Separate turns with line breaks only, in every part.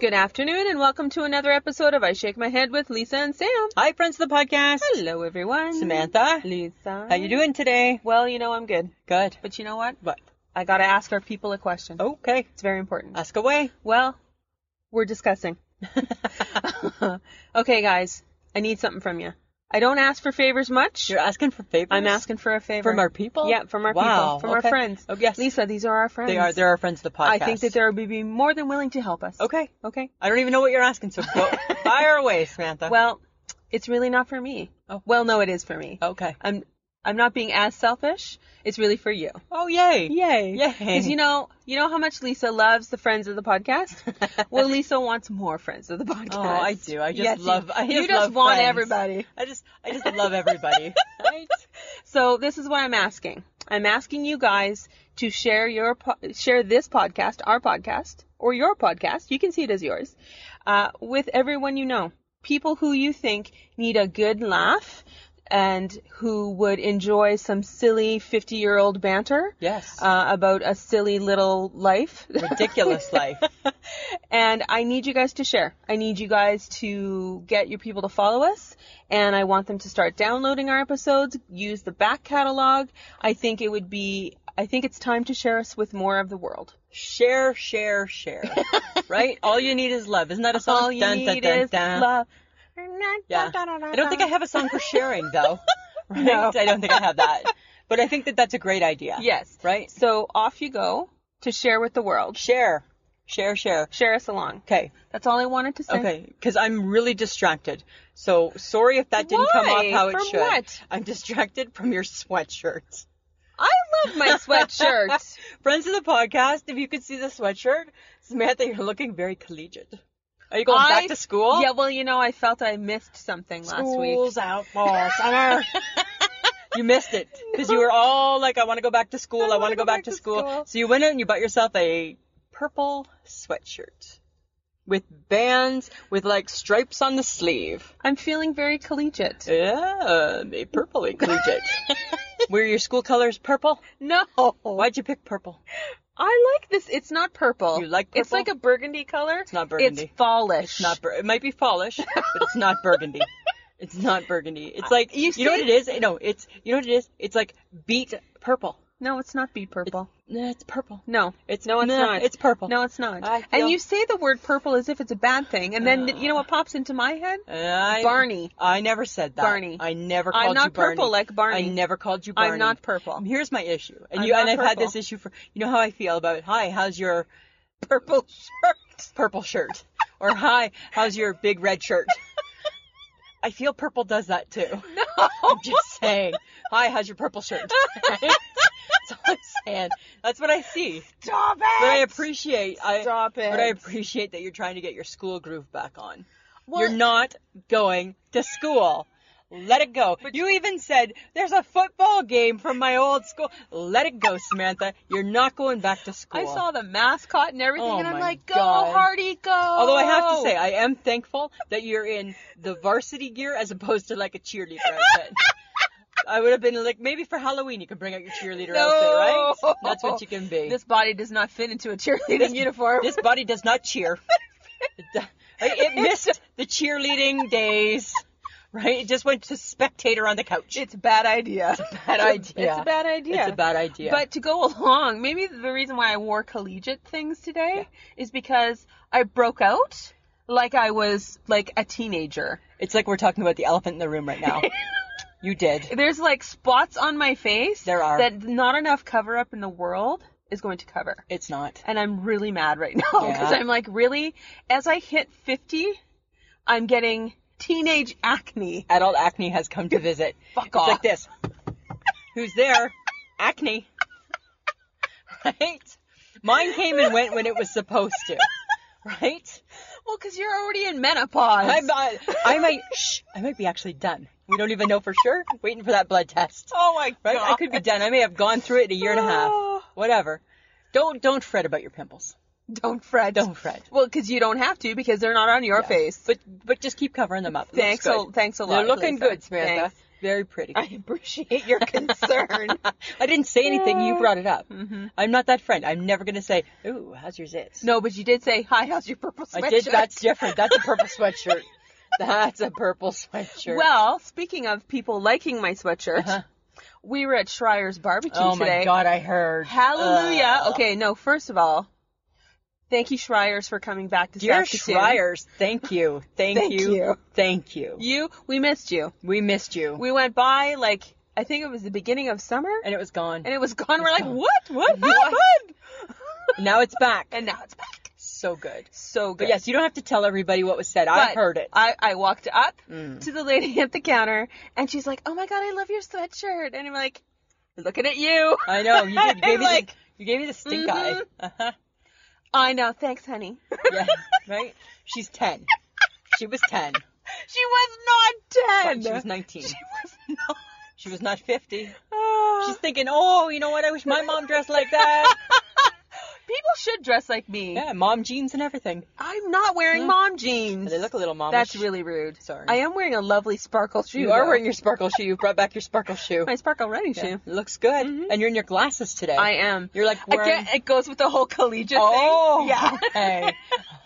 Good afternoon, and welcome to another episode of I Shake My Head with Lisa and Sam.
Hi, friends of the podcast.
Hello, everyone.
Samantha.
Lisa.
How you doing today?
Well, you know I'm good,
Good.
but you know what?
But
I gotta ask our people a question.
Oh, okay, Uh,
it's very important.
ask away.
Well, we're discussing. okay, guys, I need something from you. I don't ask for favors much.
You're asking for favors.
I'm asking for a favor
From our people?
Yeah, from our
Wow,
people, from
okay.
our friends.
Oh, yes.
Lisa, these are our friends.
They are. They're our friends of the podcast.
I think that they would be more than willing to help us.
Okay.
Okay.
I don't even know what you're asking, so go, fire away, Samantha.
Well, it's really not for me.
Oh.
Well, no, it is for me.
okay.
I'm I'm not being as selfish. It's really for you.
oh, yay.
Yay.
Yay.
Because you know you know how much Lisa loves the friends of the podcast? well Lisa wants more friends of the podcast.
Oh, I do. I just
Yes, you-
love. I
you
just,
just,
love
want
friends.
everybody.
I just, I just love everybody. right?
So this is what I'm asking. I'm asking you guys to share your po- share this podcast, our podcast, or your podcast. You can see it as yours uh, with everyone you know, people who you think need a good laugh and who would enjoy some silly 50 year old banter
Yes.
uh, about a silly little life.
Ridiculous life.
and I need you guys to share. I need you guys to get your people to follow us, and I want them to start downloading our episodes, use the back catalog. I think it would be, I think it's time to share us with more of the world.
Share, share, share. right? All you need is love. Isn't that a song?
All you
Dun, dun,
need
dun,
is
dun.
love.
Yeah. I don't think I have a song for sharing though. Right?
No.
I don't think I have that. But I think that that's a great idea.
Yes.
Right?
So off you go to share with the world.
Share. Share, share.
Share us along.
Okay.
That's all I wanted to say.
Okay. Cuz I'm really distracted. So sorry if that didn't come
Why?
off how it
From
should.
what?
I'm distracted from your sweatshirt.
I love my sweatshirt.
Friends of the podcast, if you could see the sweatshirt, Samantha, you're looking very collegiate. Are you going
I-
back to school?
Yeah, well, you know, I felt I missed something last week.
School's out for summer. you missed it because you were all like, "I want to go back to school. I, want to go back, to school. So you went out and you bought yourself a purple sweatshirt with bands with like stripes on the sleeve.
I'm feeling very collegiate.
Yeah, a purple and collegiate. were your school colors purple?
No,
Why'd you pick purple?
I like this. It's not purple.
You like
It's
purple?
like a burgundy color. It's
not burgundy.
It's fallish.
Not bur- it might be fallish, but it's not burgundy. It's not burgundy. It's like
you
you, know what
see-
it is. No, it's you know what it is. It's like beet purple.
no, it's not beet purple.
Nah, it's purple.
No,
It's-
no, it's
no,
not.
it's purple.
No, it's not.
I feel- Uh.
And you say the word purple as if it's a bad thing, and then you know what pops into my head?
I,
Barney.
I never said that.
Barney.
I never
I'm
called
not
you Barney.
purple like Barney.
I never called you
I'm
Barney.
not purple.
And Here's my issue. And
I'm
you and
not
I've had
purple.
this issue for you know how I feel about it. Hi, how's your purple shirt? Purple shirt. or hi, how's your big red shirt? I feel purple does that too. No. I'm just saying. Hi, how's your purple shirt? Right? That's all I'm saying. That's what I see.
Stop it!
But I appreciate I
Stop it.
But I appreciate that you're trying to get your school groove back on.
Well-
you're not going to school. Let it go. you even said there's a football game from my old school. Let it go, Samantha. You're not going back to school.
I saw the mascot and everything,
Oh
and I'm
my
like, go,
God.
Hardy, go.
Although I
Oh.
have to say, I am thankful that you're in the varsity gear as opposed to like a cheerleader outfit. I would have been like, maybe for Halloween you can bring out your cheerleader
No.
outfit, right? That's what you can be.
this body does not fit into a cheerleading uniform.
This body does not cheer. It, it missed cheerleading days, right? It just went to spectator on the couch.
It's a bad idea. It's
a bad idea.
It's a bad idea.
It's a bad idea.
But to go along, maybe the reason why I wore collegiate things today is because I broke out like I was like a teenager.
it's like we're talking about the elephant in the room right now. you did.
There's like spots on my face
There are.
that not enough cover up in the world is going to cover.
It's not.
And I'm really mad right now because
Yeah.
I'm like really as I hit 50, I'm getting teenage acne.
Adult acne has come to visit.
Fuck
it's
off.
like this. Who's there? Acne. Right? Mine came and went when it was supposed to. Right?
Well, cuz you're already in menopause.
I'm, I, I might. Shh. I might be actually done. We don't even know for sure. Waiting for that blood test.
oh my god. Oh.
Right? I could be done. I may have gone through it in a year and a half. Whatever. Don't don't fret about your pimples.
Don't fret.
Don't fret.
Well, because you don't have to because they're not on your face.
But but just keep covering them up. It
Thanks
Looks
a-
good.
thanks a lot,
They're looking
Lisa.
good, Samantha.
Thanks.
Very pretty.
I appreciate your concern.
I didn't say anything. You brought it up.
Mm-hmm.
I'm not that friend. I'm never gonna say, "Ooh, how's yours?" Is?
no, but you did say, "Hi, how's your purple sweatshirt?"
I did. That's different. That's a purple sweatshirt. That's a purple sweatshirt.
Well, speaking of people liking my sweatshirt, we were at Schreier's barbecue
oh
today.
my God, I heard.
Hallelujah. Okay, no, first of all, thank you Schreier's for coming back to
Dear
Saskatoon.
Schreiers, thank you, thank,
Thank
you.
you.
thank you.
You, we missed you.
We missed you,
We went by like I think it was the beginning of summer
and it was gone.
and it was gone. We're like, "What? What
What?
happened?"
now it's back.
And now it's back.
so good.
So good.
But yes, you don't have to tell everybody what was said. I
But
heard it.
I, I walked up to the lady at the counter and she's like, Oh my god, I love your sweatshirt and I'm like, Looking at you.
I know you did. You gave, me,
Like-
the, you gave me the stink eye.
Mhm.
Uh-huh.
I know, thanks, honey.
Yeah, right. She's ten. She was ten.
She was not
But
ten.
she was nineteen.
She was not.
She was not fifty.
Oh.
She's thinking, oh, you know what? I wish my mom dressed like that.
People should dress like me.
yeah, mom jeans and everything.
I'm not wearing mom jeans.
They look a little mom.
That's really rude.
Sorry.
I am wearing a lovely sparkle shoe.
You are
though.
wearing your sparkle shoe. You brought back your sparkle shoe.
my sparkle running
Yeah,
shoe.
it looks good. And you're in your glasses today.
Mm-hmm. I am.
You're like wearing.
Again, it goes with the whole collegiate
oh,
thing. Yeah.
okay.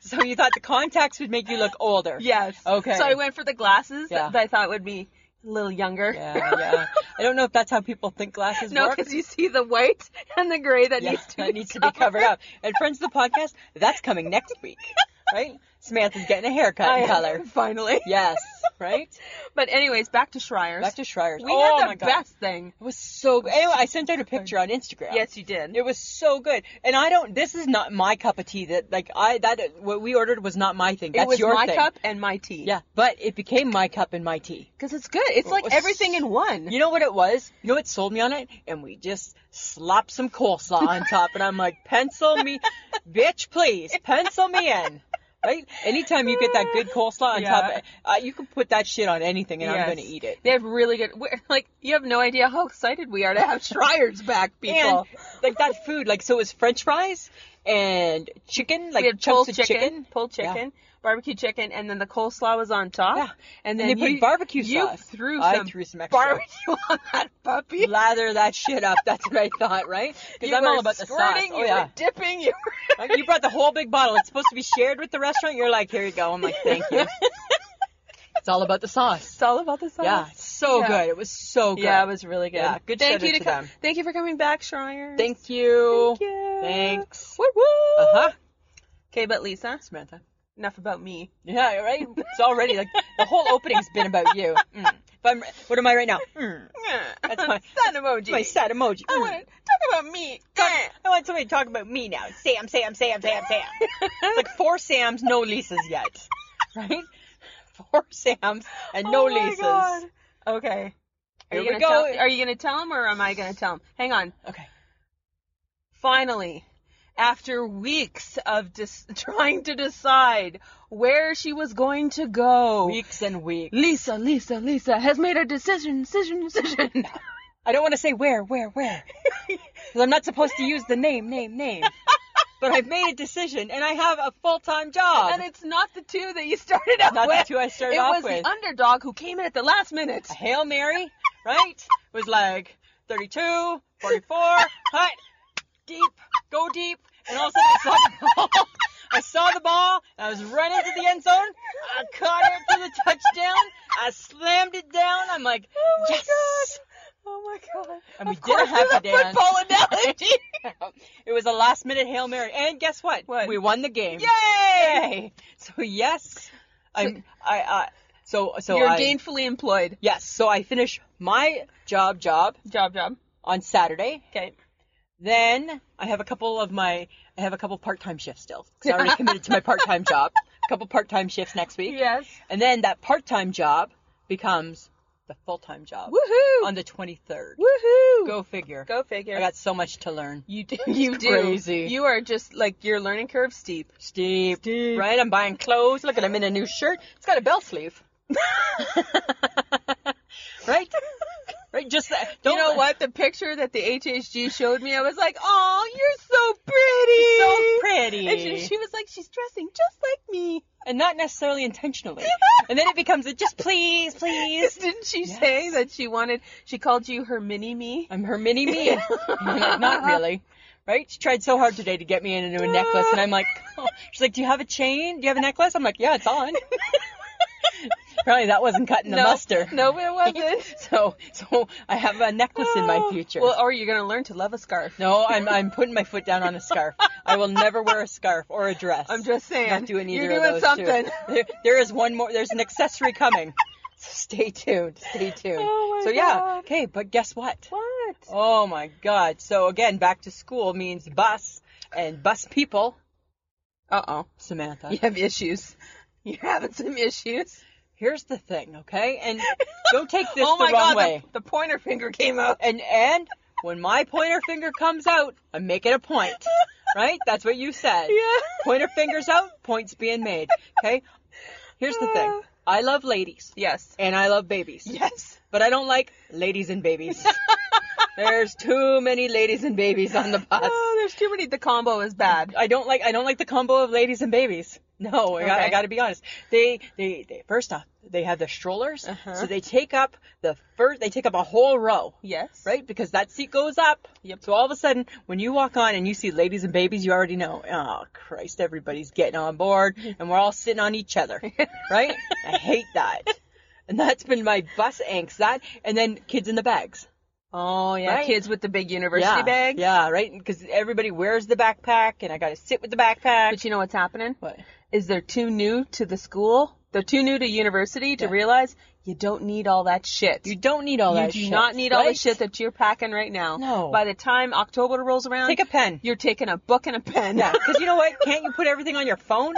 so you thought the contacts would make you look older?
Yes.
Okay.
So I went for the glasses
Yeah.
that I thought would be a little younger.
Yeah, yeah. I don't know if that's how people think glasses
No,
work.
because you see the white and the gray that
Yeah,
needs to
that
be
needs to be covered up. And friends of the podcast, that's coming next week, right? Samantha's getting a haircut
I
in
am,
color.
finally.
Yes, right?
But anyways, back to Schreier's.
Back to Schreier's.
we
oh
had the
my god,
best thing.
it was so good. Anyway, I sent out a picture on Instagram.
Yes, you did.
It was so good, and I don't. This is not my cup of tea. That like I that what we ordered was not my thing. That's
it was
your
my
thing.
cup and my tea.
Yeah, but it became my cup and my tea.
Because it's good. It's like
was
everything in one.
You know what it was? You know what sold me on it? And we just slapped some coleslaw on top, and I'm like, pencil me, bitch, please, pencil me in. Right? Anytime you get that good coleslaw on
Yeah.
top, uh, you can put that shit on anything, and I'm
Yes.
gonna eat it.
They have really good. We're, like you have no idea how excited we are to have Schreier's back, people.
And like that food, like so it was French fries and chicken, like
we had
chunks
pulled
of
chicken, pulled
Yeah.
chicken, barbecue chicken, and then the coleslaw was on top.
Yeah.
And then
And they put
you-
barbecue
you
sauce.
Threw
I
some
threw some extra.
barbecue on that puppy.
Lather that shit up. That's what I thought, right? Because
You
I'm all
were
about the sauce.
squirting,
Oh,
you
yeah.
were dipping. You were.
Like, you brought the whole big bottle. It's supposed to be shared with the restaurant. You're like, here you go. I'm like, thank you. It's all about the sauce.
It's all about the sauce.
Yeah, it's so
Yeah.
good. It was so good.
Yeah, it was really good.
Yeah, good
Thank
shout
you
out
to
to
co-
them.
Thank you for coming back, Schreier.
Thank you.
Thank you.
Thanks.
Woo woo.
Uh huh.
Okay, but Lisa,
Samantha.
enough about me.
Yeah, right. It's already like the whole opening's been about you. Mm. If I'm, what am I right now? Mm. That's my-
sad emoji.
My sad emoji.
I
Mm.
want to talk about me. Eh.
I want somebody to talk about me now. Sam, Sam, Sam, Sam, Sam. it's like four Sams, no Lisas yet, right? Four Sams and no
Oh my
Lisas.
God. Okay. Are you
Here we
gonna tell-
go.
are you gonna tell him or am I gonna tell him? Hang on.
Okay.
Finally, after weeks of dis- trying to decide where she was going to go,
Weeks and weeks.
Lisa, Lisa, Lisa has made a decision, decision, decision.
I don't want to say where, where, where. 'Cause I'm not supposed to use the name, name, name. But I've made a decision and I have a full time job.
and it's not the two that you started out
Not the
with.
two I started
it
off
was
with.
the underdog who came in at the last minute.
a Hail Mary, right? Was like 32, 44, hut, deep, go deep. And all of a sudden I saw the ball. I saw the ball and I was running to the end zone. I caught it for the touchdown. I slammed it down. I'm like,
Oh my
yes.
god. Oh my god.
And we
Of
did a
course there's
happy dance.
football analogy.
it was a last minute hail mary, and guess what?
What?
We won the game.
Yay!
Yay! So yes, I'm. I. I so so
You're
I.
gainfully employed.
yes. So I finish my job job
Job, job.
on Saturday.
Okay.
Then I have a couple of my. I have a couple part time shifts still. 'cause I already committed to my part time job. A couple part time shifts next week.
Yes.
And then that part time job becomes the full time job
Woohoo!
on the 23rd.
Woohoo!
Go figure.
Go figure.
I got so much to learn.
you do. You do.
crazy.
You are just like your learning curve steep.
Steve. Right? I'm buying clothes. Look at him in a new shirt. It's got a bell sleeve. right? Right? Just that. Don't
you know what? The picture that the HHG showed me, I was like, "Oh, you're so pretty."
So pretty.
And she, she was like, "She's dressing just like me."
And not necessarily intentionally. and then it becomes a just please, please.
Didn't she say that she wanted? She called you her mini me.
I'm her mini me. And I'm like, not really. Right? She tried so hard today to get me into a necklace, and I'm like, oh. she's like, do you have a chain? Do you have a necklace? I'm like, yeah, it's on. Probably that wasn't cutting the mustard.
No, it wasn't. Oh.
So, so I have a necklace in my future.
Well, or you're gonna learn to love a scarf.
no, I'm I'm putting my foot down on a scarf. I will never wear a scarf or a dress.
I'm just saying.
not doing either
You're
of
doing
those
something.
Two. There, there is one more. There's an accessory coming. So stay tuned. Stay tuned.
Oh my
so yeah.
God.
Okay, but guess what?
What?
Oh my God. So again, back to school means bus and bus people.
Uh oh.
Samantha.
You have issues. You're having some issues.
Here's the thing, okay? And don't take this
oh
the
my
wrong
god, the-
way.
The, pointer finger came out.
And and when my pointer finger comes out, I'm making a point. Right? That's what you said. Pointer fingers out, points being made. Okay? Here's the thing. I love ladies
Uh. Yes.
and I love babies.
Yes.
But I don't like ladies and babies. There's too many ladies and babies on the bus.
Oh, there's too many. The combo is bad.
I don't like I don't like the combo of ladies and babies. No, I, got, I
Okay.
got to be honest. They, they they first off they have the strollers,
Uh-huh.
so they take up the first they take up a whole row,
Yes.
right? Because that seat goes up. Yep. So all of a sudden, when you walk on and you see ladies and babies, you already know. Oh Christ, everybody's getting on board, and we're all sitting on each other, right? I hate that, and that's been my bus angst. That and then kids in the bags.
Oh yeah.
Right.
Kids with the big university
yeah,
bag.
Yeah, right. Because everybody wears the backpack, and I got to sit with the backpack.
But you know what's happening?
What?
Is they're too new to the school. They're too new to university to realize you don't need all that shit.
You don't need all
You
that
do
shit.
not need all the
right?
shit that you're packing right now.
No.
By the time October rolls around,
Take a pen.
You're taking a book and a pen.
Yeah, because you know what? Can't you put everything on your phone?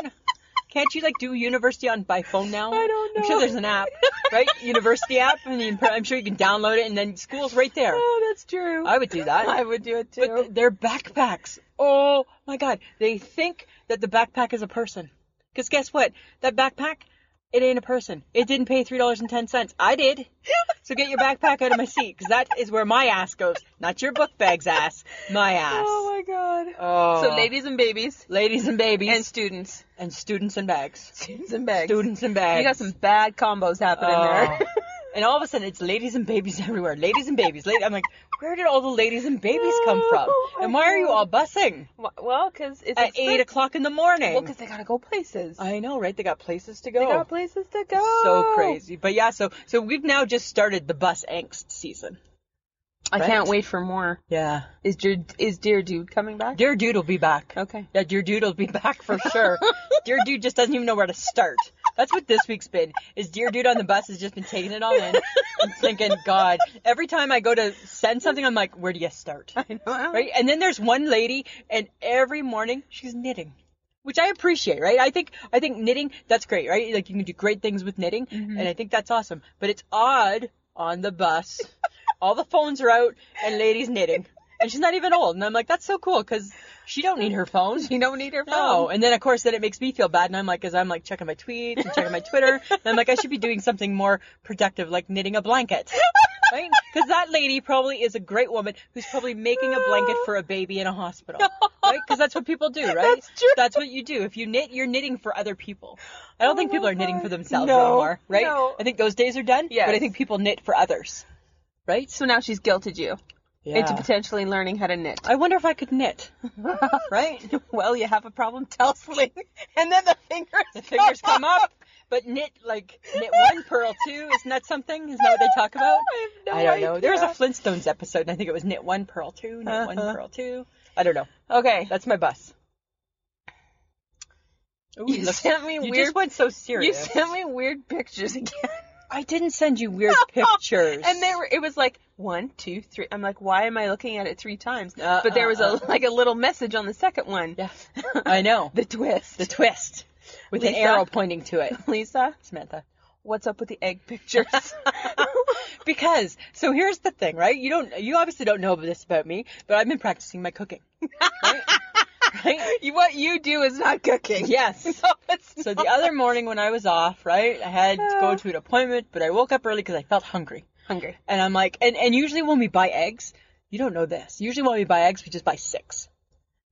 Can't you like do university on by phone now?
I don't
I'm sure
know.
there's an app, right? university app, and you- I'm sure you can download it, and then school's right there.
Oh, that's true.
I would do that.
I would do it too.
But th- their backpacks. Oh my God! They think that the backpack is a person. Because guess what? That backpack, it ain't a person. It didn't pay three dollars and ten cents. I did. So get your backpack out of my seat, because that is where my ass goes, not your book bag's ass, my ass.
Oh my god.
Oh.
So ladies and babies
ladies and babies,
and
and,
students.
students and bags,
Students and bags.
students and bags.
You got some bad combos happening
Oh.
there.
and all of a sudden, it's ladies and babies everywhere. Ladies and babies. Lady, I'm like, where did all the ladies and babies come from?
Oh my
And why are you all bussing
Wh- Oh. Well, because it's
at eight o'clock in the morning?
Well, because they gotta go places.
I know, right? They got places to go.
They got places to go.
Oh. so crazy. But yeah, so so we've now just started the bus angst season.
I
Right?
can't wait for more.
Yeah.
Is dear, is dear dude coming back?
Dear Dude will be back.
Okay.
Yeah, Dear Dude will be back for sure. Dear Dude just doesn't even know where to start. That's what this week's been. Is Dear Dude on the bus has just been taking it all in and thinking, God, every time I go to send something, I'm like, where do you start? Right? And then there's one lady, and every morning she's knitting. Which I appreciate, right? I think I think knitting that's great, right? Like you can do great things with knitting,
Mm-hmm.
and I think that's awesome. But it's odd on the bus. All the phones are out, and ladies knitting, and she's not even old. And I'm like, that's so cool because she don't need her phone.
You don't need your phone.
No. And then of course then it makes me feel bad and I'm like, cause I'm like checking my tweets and checking my Twitter and I'm like, I should be doing something more productive, like knitting a blanket. Right? Cause that lady probably is a great woman who's probably making a blanket for a baby in a hospital. Right? Cause that's what people do, right?
That's true.
That's what you do. If you knit, you're knitting for other people. I don't think
Oh my
people are knitting
God.
for themselves
No.
anymore, right?
No.
I think those days are done.
Yes.
But I think people knit for others. Right?
So now she's guilted you into potentially learning how to knit.
I wonder if I could knit. right?
Well, you have a problem telling, and then the fingers
The fingers come up, But knit like knit one, pearl two, isn't that something? Isn't that what they talk about?
I have no
I don't know. There was a
idea.
Flintstones episode, and I think it was knit one, pearl two, knit one,
Uh-huh.
pearl two. I don't know.
Okay.
That's my bus. Ooh,
You sent me
you
weird-
just went so
You
serious.
sent me weird pictures again.
I didn't send you weird pictures.
And they were it was like one, two, three. I'm like, why am I looking at it three times?
Uh,
but there was a
uh,
like a little message on the second one.
Yeah. I know.
The twist.
The twist with an
Lisa?
arrow pointing to it.
Lisa,
Samantha.
what's up with the egg pictures?
Because so here's the thing, right? You don't you obviously don't know this about me, but I've been practicing my cooking. Right? right?
You- what you do is not cooking.
Yes.
No, it's
So
not. Uh.
the other morning when I was off, right? I had to go to an appointment, but I woke up early cuz I felt hungry.
hungry.
And I'm like, and, and usually when we buy eggs, you don't know this. Usually when we buy eggs, we just buy six.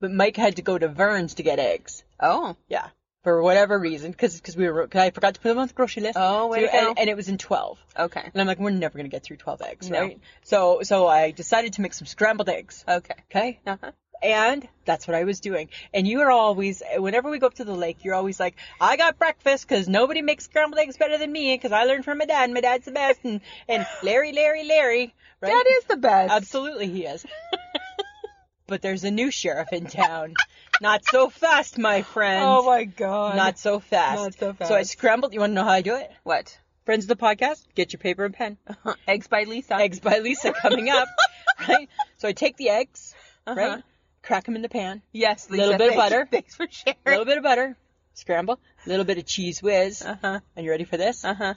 But Mike had to go to Vern's to get eggs.
Oh.
Yeah. For whatever reason, because we were, cause I forgot to put them on the grocery list.
Oh, way
wait,
to go.
And, and it was in 12.
Okay.
And I'm like, we're never going to get through 12 eggs,
No.
right? So, so I decided to make some scrambled eggs.
Okay.
Okay.
Uh-huh.
And that's what I was doing. And you are always, whenever we go up to the lake, you're always like, I got breakfast because nobody makes scrambled eggs better than me because I learned from my dad. and My dad's the best. And, and Larry, Larry, Larry. Right?
That is the best.
Absolutely, he is. but there's a new sheriff in town. Not so fast, my friend.
Oh my god.
Not so fast.
Not so
So I
fast.
scrambled. You want to know how I do it?
what?
Friends of the podcast, get your paper and pen.
Eggs by Lisa.
Eggs by Lisa coming up, right? So I take the eggs,
Uh-huh.
right? Crack them in the pan.
Yes, Lisa.
Little bit of
thanks-
butter.
Thanks for sharing.
A little bit of butter, scramble, a little bit of cheese whiz.
Uh-huh.
And you ready for this?
Uh-huh.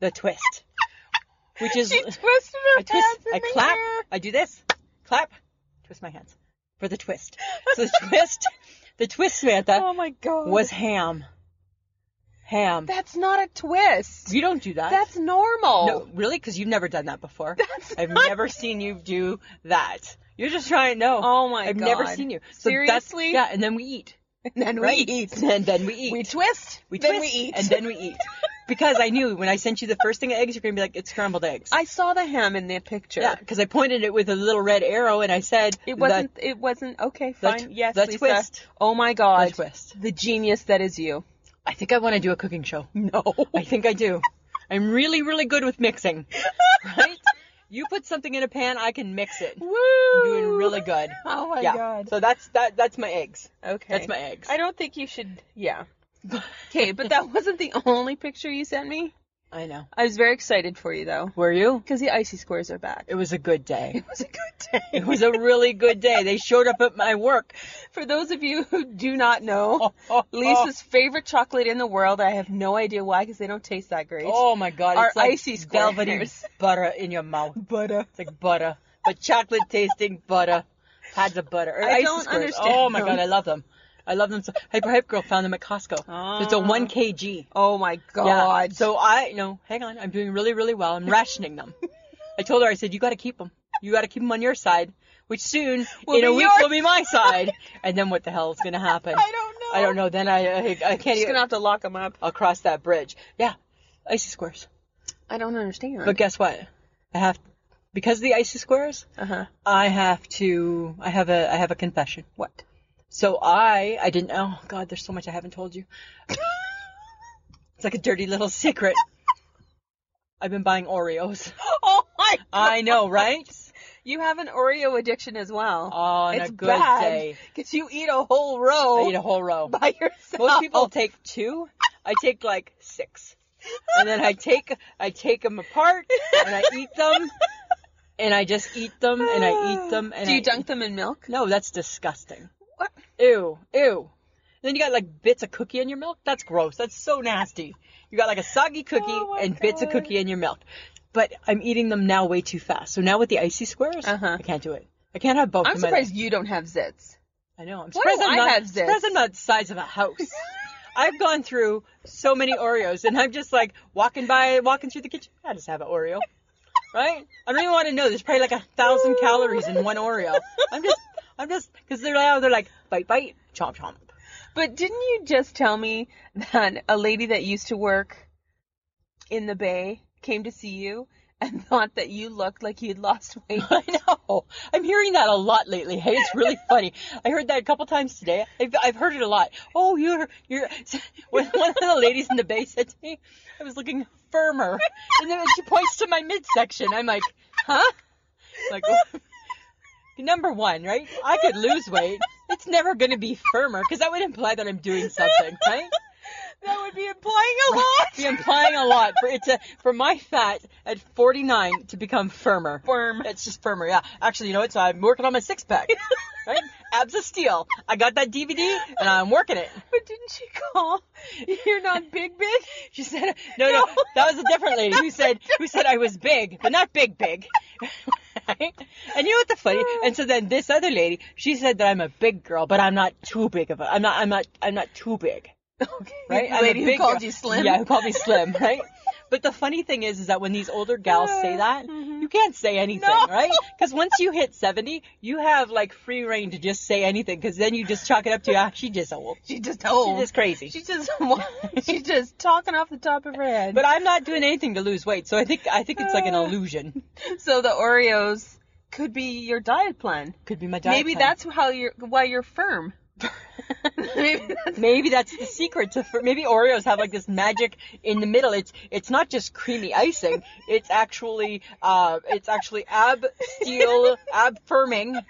The twist. Which is
She twisted her
I twist,
hands in
I
the
clap,
air.
I do this, clap, twist my hands for the twist. So the twist, the twist, Samantha,
Oh my god.
was ham. Ham.
That's not a twist.
you don't do that.
That's normal.
no, really, because you've never done that before.
That's
I've
not-
never seen you do that. You're just trying. No.
Oh my
I've never
God.
seen you. So that's-
Seriously?
yeah, and then we eat.
And then
right?
we eat.
And then we eat.
We twist.
We
then
twist,
we eat.
And then we eat. Because I knew when I sent you the first thing of eggs, you're gonna be like, it's scrambled eggs.
I saw the ham in the picture.
Yeah, because I pointed it with a little red arrow and I said,
It
the-
wasn't. it wasn't. Okay, fine.
tw-
yes,
the
Lisa.
twist.
Oh my God.
The twist.
The genius that is you.
I think I want to do a cooking show.
No.
I think I do. I'm really, really good with mixing. Right? you put something in a pan, I can mix it.
Woo!
I'm doing really good.
Oh my
yeah.
God.
So that's that. That's my eggs.
Okay.
That's my eggs.
I don't think you should. Yeah. Okay, but that wasn't the only picture you sent me.
I know.
I was very excited for you though,
Were you?
because the icy squares are back.
It was a good day.
It was a good day.
It was a really good day. They showed up at my work.
For those of you who do not know,
oh,
Lisa's favorite chocolate in the world. I have no idea why, because they don't taste that great.
Oh my god,
Our
it's like
icy
velvety
squares.
butter in your mouth.
butter.
It's like butter, but chocolate tasting butter. Pads of butter. Or
I
icy
don't
squares.
understand
Oh my
them.
god, I love them. I love them. So, Hyper Hype Girl found them at Costco. It's a
Ah.
1 kg.
Oh my
Yeah.
god.
So I, no, hang on. I'm doing really, really well. I'm rationing them. I told her, I said, you got to keep them. You got to keep them on your side, which soon,
Will
in a
be
week,
yours.
will be my side. And then what the hell is going to happen?
I don't know.
I don't know. Then I, I, I can't
She's
even.
gonna have to lock them up.
I'll cross that bridge. Yeah. Icy squares.
I don't understand.
But guess what? I have, because of the icy squares,
uh huh.
I have to. I have a. I have a confession.
What?
So I. I didn't. Oh God, there's so much I haven't told you. it's like a dirty little secret. I've been buying Oreos.
Oh my!
I know, right?
You have an Oreo addiction as well.
On
it's
Oh, a good
bad
day,
Cause you eat a whole row
I eat a whole row.
by yourself.
Most people take two. I take like six, and then I take I take them apart and I eat them, and I just eat them and I eat them. And
Do you
I
dunk them in milk?
No, that's disgusting.
What?
Ew, ew. Then you got like bits of cookie in your milk. That's gross. That's so nasty. You got like a soggy cookie
Oh my
and bits of
God.
cookie in your milk. But I'm eating them now way too fast. So now with the icy squares,
Uh-huh.
I can't do it. I can't have both.
I'm
in my
surprised
life.
you don't have zits.
I know. I'm
Why
surprised
do
I'm
I
not.
have zits?
Surprised I'm not the size of a house. I've gone through so many Oreos, and I'm just like walking by, walking through the kitchen. I just have an Oreo, right? I don't even want to know. There's probably like a thousand calories in one Oreo. I'm just, I'm just, because they're now they're like bite, bite, chomp, chomp.
But didn't you just tell me that a lady that used to work in the bay came to see you and thought that you looked like you'd lost weight.
I know. I'm hearing that a lot lately. Hey, it's really funny. I heard that a couple times today. I've, I've heard it a lot. Oh, you're you're. When one of the ladies in the bay said to me, I was looking firmer, and then she points to my midsection. I'm like, huh? Like, number one, right? I could lose weight. It's never gonna be firmer because that would imply that I'm doing something, right?
That would be implying a
Be
lot.
implying a lot for it to for my fat at 49 to become firmer.
Firm.
It's just firmer, yeah. Actually, you know what? So I'm working on my six pack, right? Abs of steel. I got that DVD and I'm working it.
But didn't she call? You're not big, big.
She said, no, no,
No.
that was a different lady who said who said I was big, but not big, big. Right? And you know what the funny?
Oh.
And so then this other lady, she said that I'm a big girl, but I'm not too big of a. I'm not. I'm not. I'm not too big.
The
right? I'm a
lady who
big
called
girl.
you slim.
Yeah, who called me slim, right? But the funny thing is, is that when these older gals say that, you can't say anything,
Uh, mm-hmm. No.
right? Because once you hit 70, you have like free reign to just say anything. Because then you just chalk it up to, ah, she just old.
She just old.
She's just crazy.
She's just she's just talking off the top of her head.
But I'm not doing anything to lose weight, so I think I think it's like
Uh.
an illusion.
so the Oreos could be your diet plan.
Could be my diet.
Maybe
plan.
that's how you're why you're firm. Maybe that's
maybe that's the secret to for, maybe Oreos have like this magic in the middle. It's it's not just creamy icing. It's actually uh it's actually ab steel ab firming,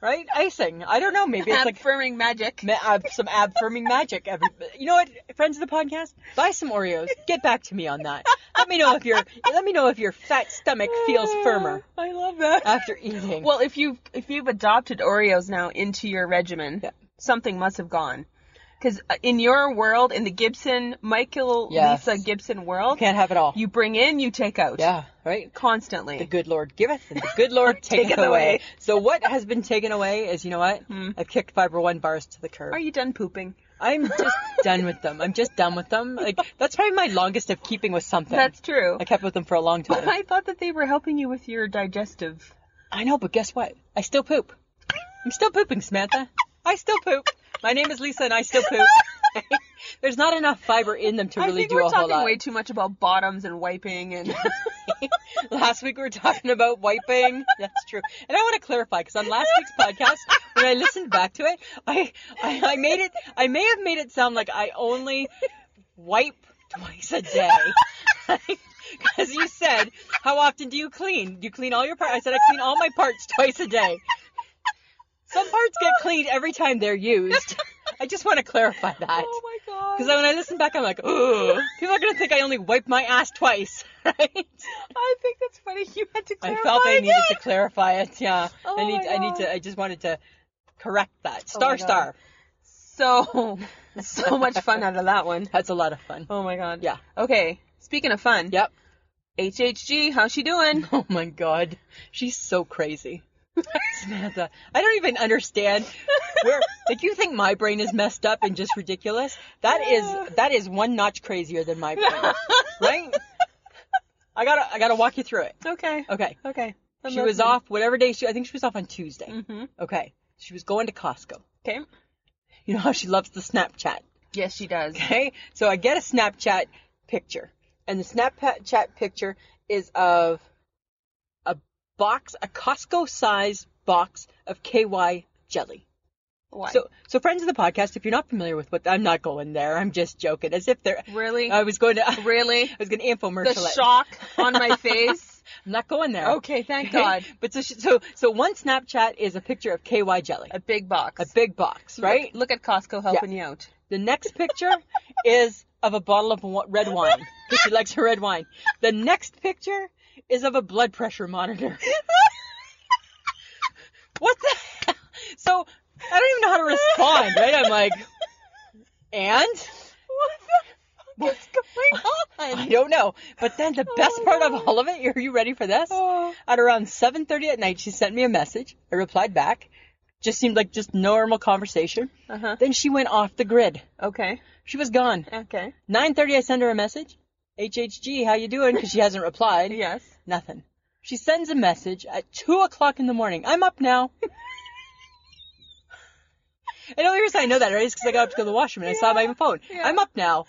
right? Icing. I don't know. Maybe it's
ab
like
firming magic.
ma- ab, some ab firming magic. Every, you know what, friends of the podcast, buy some Oreos. Get back to me on that. Let me know if your let me know if your fat stomach feels firmer
I love that.
after eating.
Um, well, if you if you've adopted Oreos now into your regimen,
Yeah.
something must have gone. Because in your world, in the Gibson Michael
Yes.
Lisa Gibson world,
can't have it all.
you bring in, you take out.
yeah, right.
Constantly.
The good Lord giveth, and the good Lord taketh
Taketh away. Hmm.
away. So what has been taken away is, you know what? I've kicked Fiber One bars to the curb.
Are you done pooping?
I'm just done with them. I'm just done with them. Like that's probably my longest of keeping with something.
That's true.
I kept with them for a long time.
I thought that they were helping you with your digestive.
I know, but guess what? I still poop. I'm still pooping, Samantha. I still poop. My name is Lisa, and I still poop. There's not enough fiber in them to
I
really
think
do
we're
a whole
talking
lot.
way too much about bottoms and wiping and
last week we were talking about wiping. That's true. And I want to clarify because on last week's podcast, when I listened back to it, I, I I made it. I may have made it sound like I only wipe twice a day. Because you said, how often do you clean? Do you clean all your parts? I said I clean all my parts twice a day. Some parts get cleaned every time they're used. I just want to clarify that.
Oh my god.
Because when I listen back, I'm like, ooh, people are going to think I only wipe my ass twice, right?
I think that's funny. You had to
I
clarify
felt I needed to
again.
clarify it. Yeah,
Oh
I need.
my
I need
God. Oh
to. I just wanted to correct that.
my
Star,
God.
star.
So so much fun out of that one.
That's a lot of fun.
Oh my god.
Yeah.
Okay. Speaking of fun.
Yep.
HHG, how's she doing?
Oh my God, she's so crazy, Samantha. I don't even understand where. Like you think my brain is messed up and just ridiculous. That is that is one notch crazier than my brain, right? I gotta I gotta walk you through it.
Okay.
Okay.
Okay. I'm
She was
listening.
off whatever day she. I think she was off on Tuesday.
Mhm.
Okay. She was going to Costco.
Okay.
You know how she loves the Snapchat.
Yes, she does.
Okay, so I get a Snapchat picture, and the Snapchat picture is of a box, a Costco-sized box of KY jelly.
Why?
So, so friends of the podcast, if you're not familiar with what, I'm not going there. I'm just joking, as if they're.
Really?
I was going to.
really?
I was going to infomercial
The
it.
shock on my face.
I'm not going there.
Okay, thank God.
But so, she- so, so one Snapchat is a picture of KY jelly,
A big box.
a big box, right?
Look, look at Costco helping you out.
The next picture is of a bottle of wa- red wine because she likes her red wine. The next picture is of a blood pressure monitor. What the hell? So I don't even know how to respond, right? I'm like, and
What the fuck is going on?
I don't know. But then the best
my
part
God.
of all of it, are you ready for this?
Oh.
At around 7:30 at night, she sent me a message. I replied back. Just seemed like just normal conversation.
Uh-huh.
Then she went off the grid.
Okay.
She was gone.
Okay.
9:30 I send her a message. HHG, how you doing? Because she hasn't replied.
Yes.
Nothing. She sends a message at two o'clock in the morning. I'm up now. and the only reason I know that right is because I got up to go to the washroom and I saw my phone.
yeah.
I'm up now.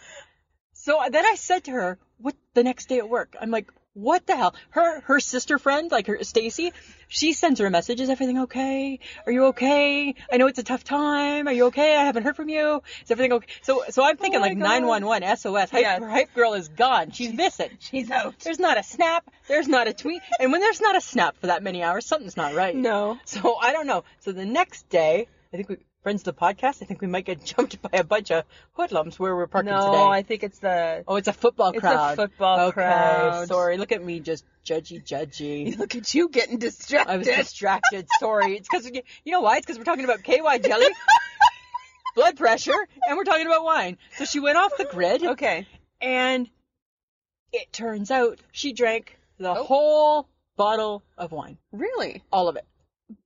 So then I said to her, "What the next day at work?" I'm like, what the hell? Her her sister friend, like her Stacy, she sends her a message. Is everything okay? Are you okay? I know it's a tough time. Are you okay? I haven't heard from you. Is everything okay? So so I'm thinking
Oh my
like
God.
911 SOS. Hype,
Yes.
hype girl is gone. She's missing.
She's out.
There's not a snap. There's not a tweet. And when there's not a snap for that many hours, something's not right.
No.
So I don't know. So the next day, I think we friends of the podcast. I think we might get jumped by a bunch of hoodlums where we're parking
No,
today.
I think it's the.
Oh, it's a football
It's a
crowd.
football
okay,
crowd.
Sorry, look at me, just judgy, judgy.
Look at you getting distracted.
I was distracted. Sorry, it's because you know why? It's because we're talking about KY jelly, blood pressure, and we're talking about wine. So she went off the grid,
okay.
and it turns out she drank the
Oh.
whole bottle of wine,
Really?
all of it,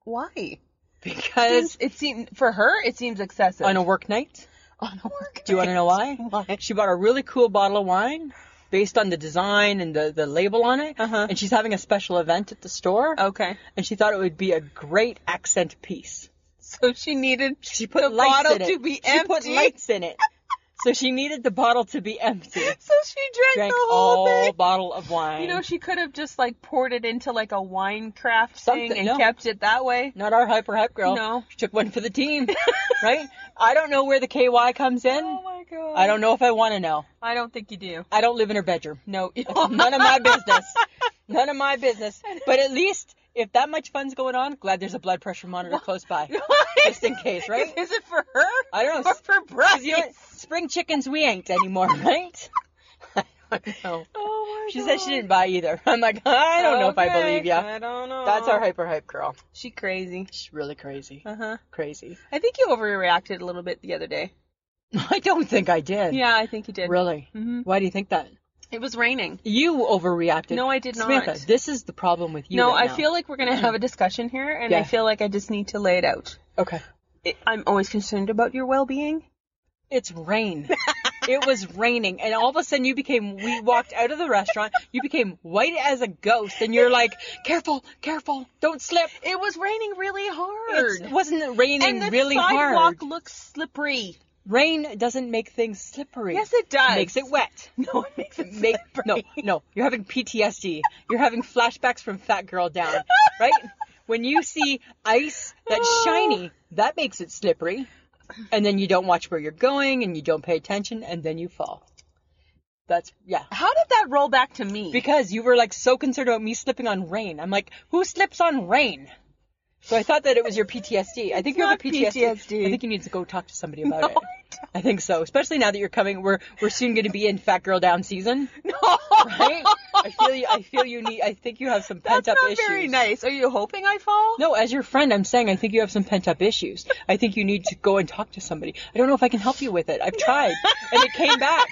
Why?
because
it seemed for her. It seems excessive.
on a work night.
on a work.
Do you want to know why?
Why?
She bought a really cool bottle of wine based on the design and the, the label on it.
Uh-huh.
And she's having a special event at the store.
Okay.
And she thought it would be a great accent piece.
So she needed
She put
the
lights
bottle
in it.
to be
she
empty.
put lights in it. So she needed the bottle to be empty.
So she drank,
Drank
the whole
all
thing.
bottle of wine.
You know, she could have just like poured it into like a wine craft
Something,
thing and
no.
kept it that way.
Not our hyper hype girl.
No.
She took one for the team. right? I don't know where the KY comes in.
Oh my god.
I don't know if I want to know.
I don't think you do.
I don't live in her bedroom.
No.
None of my business. None of my business. But at least if that much fun's going on, glad there's a blood pressure monitor close by. Just in case, right?
Is it for her?
I don't know.
Or for Bryce?
You know what? spring chickens we ain't anymore, right? I don't know.
Oh my
She said she didn't buy either. I'm like, I don't know if I believe ya.
I don't know.
That's our hyper hype girl.
She crazy.
She's really crazy.
Uh huh.
Crazy.
I think you overreacted a little bit the other day.
I don't think I did.
Yeah, I think you did.
Really?
Mhm.
Why do you think that?
It was raining.
You overreacted.
No, I did not.
Samantha, this is the problem with you.
no, I
right now.
feel like we're gonna have a discussion here, and I
Yeah.
feel like I just need to lay it out.
Okay.
It, I'm always concerned about your well-being.
It's rain. it was raining, and all of a sudden you became. We walked out of the restaurant. You became white as a ghost, and you're like, "Careful, careful, don't slip."
It was raining really hard.
It wasn't raining
and the
really
sidewalk
hard.
looks slippery.
Rain doesn't make things slippery.
Yes, it does.
Makes it wet.
No, it makes it
Make, no, no. You're having PTSD. You're having flashbacks from Fat Girl Down, right? When you see ice that's shiny, that makes it slippery. And then you don't watch where you're going and you don't pay attention and then you fall. That's, yeah.
How did that roll back to me?
Because you were like so concerned about me slipping on rain. I'm like, who slips on rain? So I thought that it was your PTSD. I think you have a
not
PTSD.
PTSD.
I think you need to go talk to somebody about it. I think so, especially now that you're coming. We're we're soon going to be in Fat Girl Down season,
no,
right? I feel you. I feel you need. I think you have some pent
that's
up
not
issues.
very nice. Are you hoping I fall?
No, as your friend, I'm saying I think you have some pent up issues. I think you need to go and talk to somebody. I don't know if I can help you with it. I've tried, and it came back.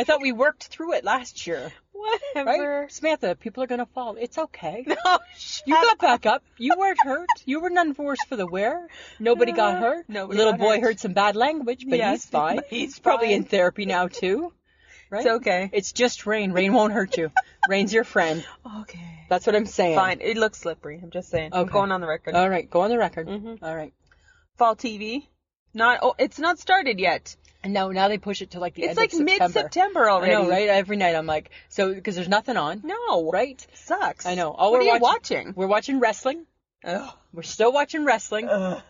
I thought we worked through it last year, right?
Whatever.
Samantha, people are gonna fall. It's okay.
Oh, shut
You got back up. You weren't hurt. You were none the worse for the wear. Nobody got hurt.
Nobody
Little
got
boy
hurt.
heard some bad language, but
Yes,
he's fine.
but he's
probably
fine.
in therapy now too. Right?
It's okay.
It's just rain. Rain won't hurt you. Rain's your friend.
Okay.
That's what I'm saying.
Fine. It looks slippery. I'm just saying. I'm
Okay.
going on the record.
All right, go on the record.
Mm-hmm.
All right.
Fall TV. Not. Oh, it's not started yet.
And now, now they push it to like the
It's
end
like
of September.
mid-September
I
already.
know, right? Every night I'm like, so because there's nothing on.
No.
Right?
Sucks.
I know. All
what
we're
are you watching?
We're watching wrestling.
Ugh.
We're still watching wrestling, uh,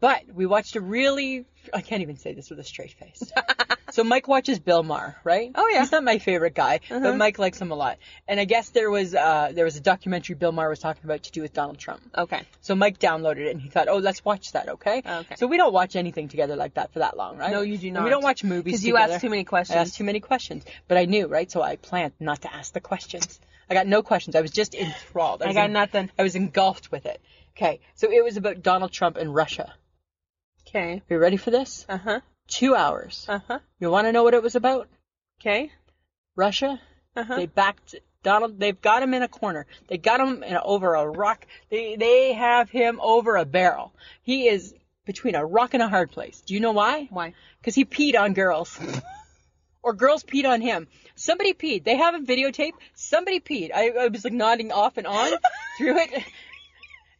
but we watched a really. I can't even say this with a straight face. so Mike watches Bill Maher, right?
Oh, yeah. Uh-huh.
He's not my favorite guy, but Mike likes him a lot. And I guess there was uh, there was a documentary Bill Maher was talking about to do with Donald Trump.
Okay.
So Mike downloaded it and he thought, oh, let's watch that, okay?
Okay.
So we don't watch anything together like that for that long, right?
No, you do
And
not.
we don't watch movies
'Cause you ask
together.
too many questions.
I asked too many questions, but I knew, right? So I planned not to ask the questions. I got no questions. I was just enthralled. I, was
got
en-
nothing.
I was engulfed with it. Okay, so it was about Donald Trump and Russia.
Okay.
Are you ready for this?
Uh huh.
Two hours.
Uh huh.
You want to know what it was about?
Okay.
Russia.
Uh-huh.
They backed Donald. They've got him in a corner. They got him in, over a rock. They they have him over a barrel. He is between a rock and a hard place. Do you know why?
Why?
Because he peed on girls. Or girls peed on him. Somebody peed. They have a videotape. Somebody peed. I, I was like nodding off and on through it.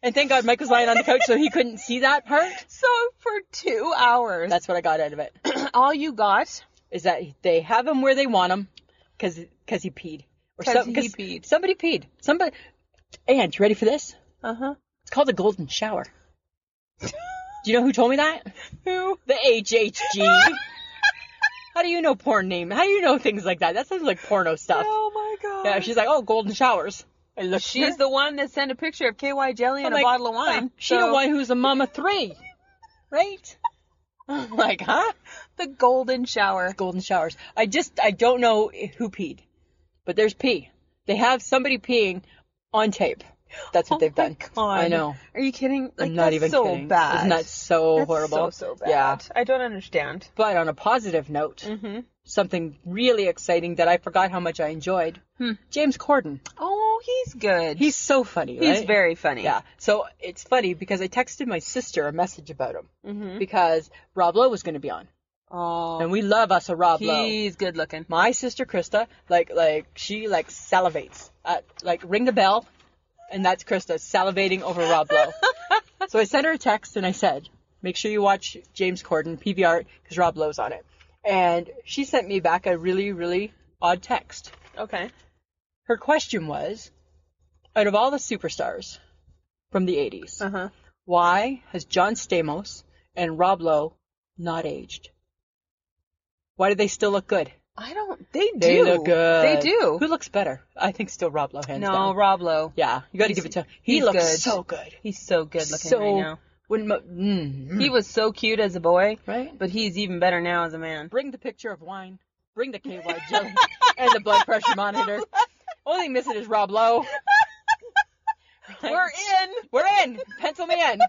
And thank God Mike was lying on the couch so he couldn't see that part.
So for two hours,
That's what I got out of it.
all you got.
is that they have him where they want him because he peed Or
'Cause
some-
he peed.
Somebody peed. Somebody. And you ready for this?
Uh huh.
It's called the golden shower. do you know who told me that?
Who?
The HHG. How do you know porn name? How do you know things like that? That sounds like porno stuff.
Oh my god.
Yeah, she's like, oh, golden showers. I looked
She's
her-
the one that sent a picture of KY jelly and
I'm
a
like,
bottle of wine.
huh, She the
so-
one who's a mama three, right? I'm like, huh?
The golden shower.
Golden showers. I just, I don't know who peed, but there's pee. They have somebody peeing on tape. That's what
Oh
they've
my
done.
God.
I know.
Are you kidding? Like,
I'm not
that's
even
so
kidding.
Bad.
Isn't that so
That's
horrible?
So so bad.
Yeah.
I don't understand.
But on a positive note,
Mm-hmm.
something really exciting that I forgot how much I enjoyed.
Hmm.
James Corden.
Oh, he's good.
He's so funny.
He's
right?
very funny.
Yeah. So it's funny because I texted my sister a message about him
Mm-hmm.
because Rob Lowe was going to be on,
Oh,
and we love us a Rob Lowe.
he's good looking.
My sister Krista, like like she like salivates, at, like ring the bell, and that's Krista salivating over Rob Lowe. so I sent her a text and I said, make sure you watch James Corden PVR because Rob Lowe's on it. And she sent me back a really really odd text.
Okay.
Her question was, out of all the superstars from the 80s,
Uh huh.
why has John Stamos and Rob Lowe not aged? Why do they still look good?
I don't. They do.
They look good.
They do.
Who looks better? I think still Rob Lowe hands
no,
down.
Rob Lowe.
yeah, you got to
he's-
give it to him. He
he's
looks
good.
so good.
He's so good looking
so
right now.
wouldn't mo- mm, mm.
He was so cute as a boy,
right?
but he's even better now as a man.
bring the picture of wine, bring the KY jelly, and the blood pressure monitor. Only thing missing is Rob Lowe. Right?
We're in.
We're in. Pencil me in.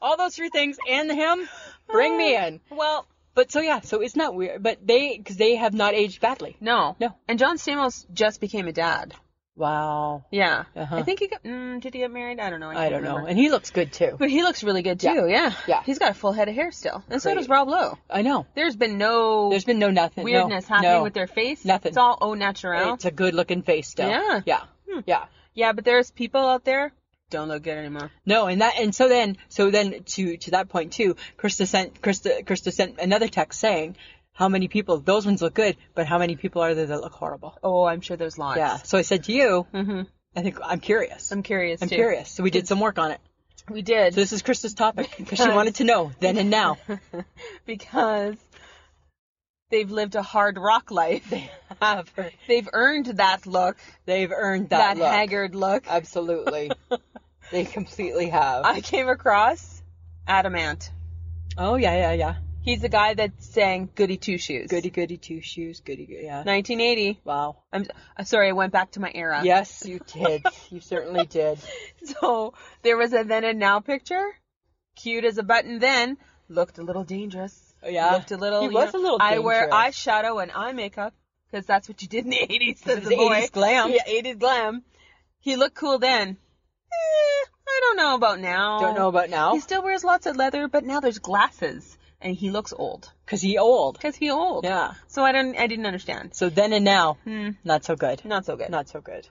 All those three things and him, bring me in.
Well,
But so yeah, so it's not weird. But they, because they have not aged badly.
no,
No.
And John Stamos just became a dad.
Wow.
Yeah.
Uh-huh.
I think he got. Mm, did he get married? I don't know.
I
can't
don't know.
remember.
And he looks good too.
But he looks really good too.
Yeah.
Yeah.
Yeah.
He's got a full head of hair still, and so
Great.
does Rob Lowe.
I know.
There's been no
There's been no nothing. no,
weirdness happening
no.
with their face.
Nothing.
It's all au natural.
It's a good looking face still.
Yeah. Hmm.
Yeah. Yeah.
Yeah, but there's people out there don't look good anymore.
No, and that and so then so then to to that point too, Krista sent Krista Krista sent another text saying how many people those ones look good, but how many people are there that look horrible?
Oh, I'm sure there's lots.
Yeah. So I said to you, I think I'm curious.
Mm-hmm. I'm curious.
I'm
too.
curious. So we did some work on it.
We did
So this is Krista's topic because she wanted to know then and now.
because they've lived a hard rock life.
Have her.
They've earned that look,
They've earned
that,
that, look.
haggard look.
Absolutely. they completely have.
I came across Adamant.
oh yeah, yeah, yeah.
He's the guy that sang "Goody Two Shoes."
Goody goody two shoes, goody goody. Yeah.
1980.
Wow.
I'm I'm sorry, I went back to my era.
Yes, you did. you certainly did.
So there was a then and now picture. Cute as a button then. Looked a little dangerous.
Oh, Yeah.
Looked a little.
He
you
was
know,
a little
I wear
dangerous.
eyeshadow and eye makeup because that's what you did in the 80s as
This
a
is
boy.
80s glam.
Yeah, 80s glam. He looked cool then. Eh, I don't know about now.
Don't know about now
He still wears lots of leather, but now there's glasses and he looks old
because he old.
because he old.
Yeah.
So I don't. I didn't understand.
So then and now,
Hmm.
not so good.
Not so good.
Not so good.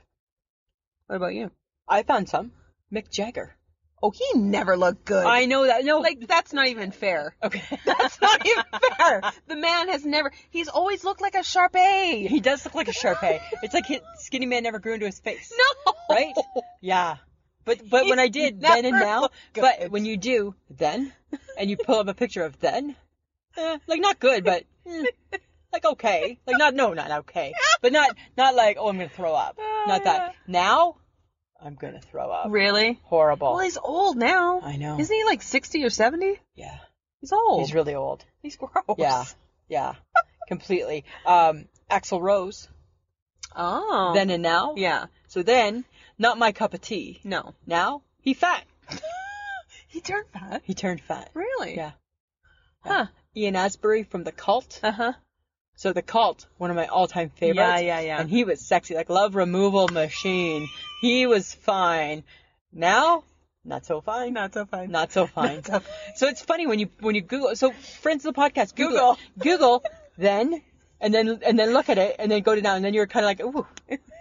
What about you?
I found some Mick Jagger.
Oh, he never looked good.
I know that. No,
like that's not even fair.
okay.
That's not even fair. The man has never. He's always looked like a Sharp A.
he does look like a Sharpay. It's like his skinny man never grew into his face.
No.
Right? Yeah. But but when I did
He never
then and now,
looked
but when you do then, and you pull up a picture of then, eh, like not good, but eh, like okay, like not no not okay, but not not like oh I'm gonna throw up, not that. Now I'm gonna throw up.
Really?
Horrible.
Well, he's old now.
Oh. I know.
Isn't he like 60 or 70?
yeah.
He's old.
He's really old.
He's gross.
Yeah, yeah, completely. Um, Axel Rose,
Oh.
then and now.
yeah.
So then, not my cup of tea.
No.
Now he fat.
He turned fat.
He turned fat.
Really?
Yeah. E
Huh.
Ian Asbury from The Cult.
Uh huh.
So The Cult, one of my all-time favorites.
Yeah, yeah, yeah.
And he was sexy, like Love Removal Machine. He was fine. Now, not so fine.
Not so fine.
Not so fine. So it's funny when you when you Google. So friends of the podcast, Google,
Google.
Google, Google then and then and then look at it and then go to down and then you're kind of like ooh.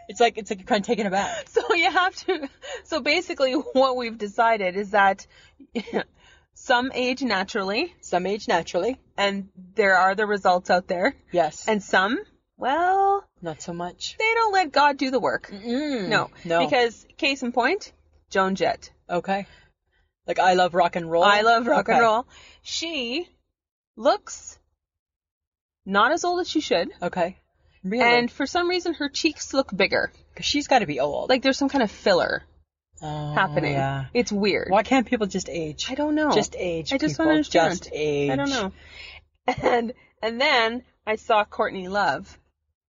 It's like it's like you're kind of taken aback.
So you have to. So basically, what we've decided is that some age naturally,
Some age naturally.
and there are the results out there,
Yes.
and some Well,
Not so much.
they don't let God do the work.
Mm,
No,
No.
Because case in point, Joan Jett.
okay. Like I love rock and roll.
I love rock and
Oh, Okay.
roll. She looks not as old as she should,
Okay. Really?
and for some reason her cheeks look bigger.
Cause she's got to be old.
Like there's some kind of filler
Oh,
happening.
Yeah.
It's weird.
Why can't people just age?
I don't know.
Just age.
I just
people.
don't understand.
Just age.
I don't know. And and then I saw Courtney Love.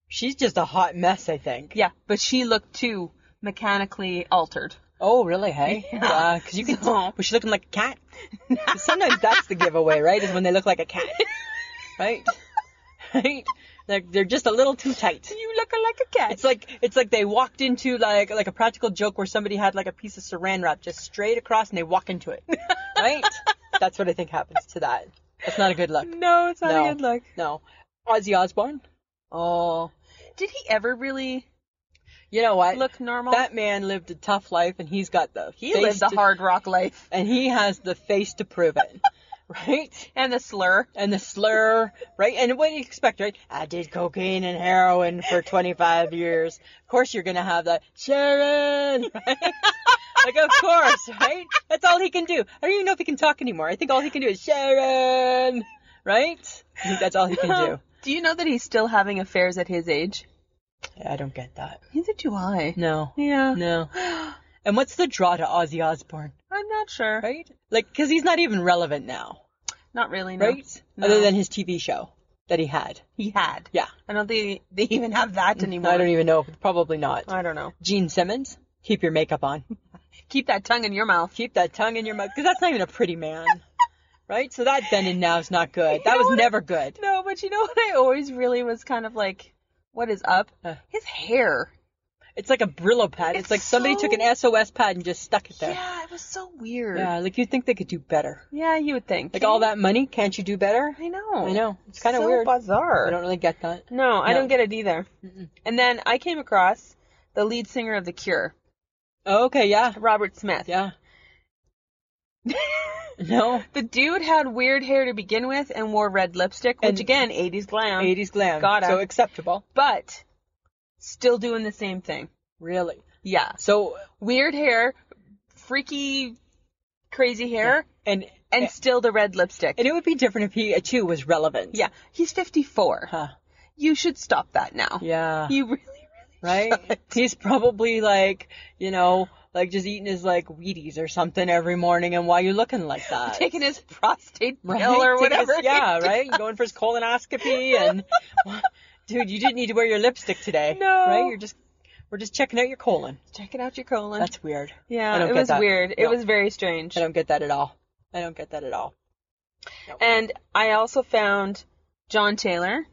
She's just a hot mess, I think.
Yeah, but she looked too mechanically altered.
Oh, really? Hey. Yeah. Because you can.
So-
Was she looking like a cat? Sometimes that's the giveaway, right? Is when they look like a cat, right? Right? They're, they're just a little too tight.
You look like a cat.
It's like it's like they walked into like like a practical joke where somebody had like a piece of saran wrap just straight across and they walk into it. Right? That's what I think happens to that. That's not a good look.
no, it's not
no.
a good look.
No. Ozzy Osbourne? Oh.
Did he ever really
You know what?
look normal?
that man lived a tough life and he's got the
he
face
lived the
to-
hard rock life
and he has the face to prove it. right?
and the slur.
and the slur, right? And what do you expect, right? I did cocaine and heroin for 25 years. Of course you're going to have that, Sharon, right? like, of course, right? That's all he can do. I don't even know if he can talk anymore. I think all he can do is Sharon, right? I think that's all he can do.
Do you know that he's still having affairs at his age?
I don't get that.
Neither do I.
No.
Yeah.
No. And what's the draw to Ozzy Osbourne,
I'm not sure.
right? Like, because he's not even relevant now,
Not really, no.
right?
No.
Other than his TV show that he had.
He had.
Yeah.
I don't think they even have that anymore.
I don't even know. Probably not.
I don't know.
Gene Simmons, keep your makeup on.
Keep that tongue in your mouth.
Keep that tongue in your mouth, because that's not even a pretty man, right? So that then and now is not good.
You
That
know
was
what?
never good.
No, but you know what I always really was kind of like, what is up?
Uh.
His hair.
It's like a Brillo pad. It's,
It's
like somebody took
so-
an SOS pad and just stuck it there.
Yeah, it was so weird.
Yeah, like you think they could do better.
Yeah, you would think.
Like all that money, can't you do better?
I know.
I know. It's kind of
so
weird.
bizarre.
I don't really get that.
No, I
No.
don't get it either. And then I came across the lead singer of The Cure,
Oh, okay, yeah,
Robert Smith.
yeah. No,
The dude had weird hair to begin with and wore red lipstick, which
And-
again, 80s glam,
80s glam.
Gotta.
So acceptable.
but still doing the same thing.
Really.
Yeah.
So
Weird hair, freaky, crazy hair,
and
and still the red lipstick.
and it would be different if he uh, too was relevant.
yeah. He's 54.
Huh.
You should stop that now.
Yeah.
You really, really
right?
should.
He's probably like, you know, like just eating his like Wheaties or something every morning. And why you looking like that?
Taking his prostate
Right?
pill or
Taking his-
whatever.
yeah, right. Going for his colonoscopy and, dude, you didn't need to wear your lipstick today.
No.
right? You're just, we're just checking out your colon.
Checking out your colon.
That's weird. I
Yeah,
don't
it
get
was
that.
weird. It
No.
was very strange.
I don't get that at all. I don't get that at all.
And I also found John Taylor.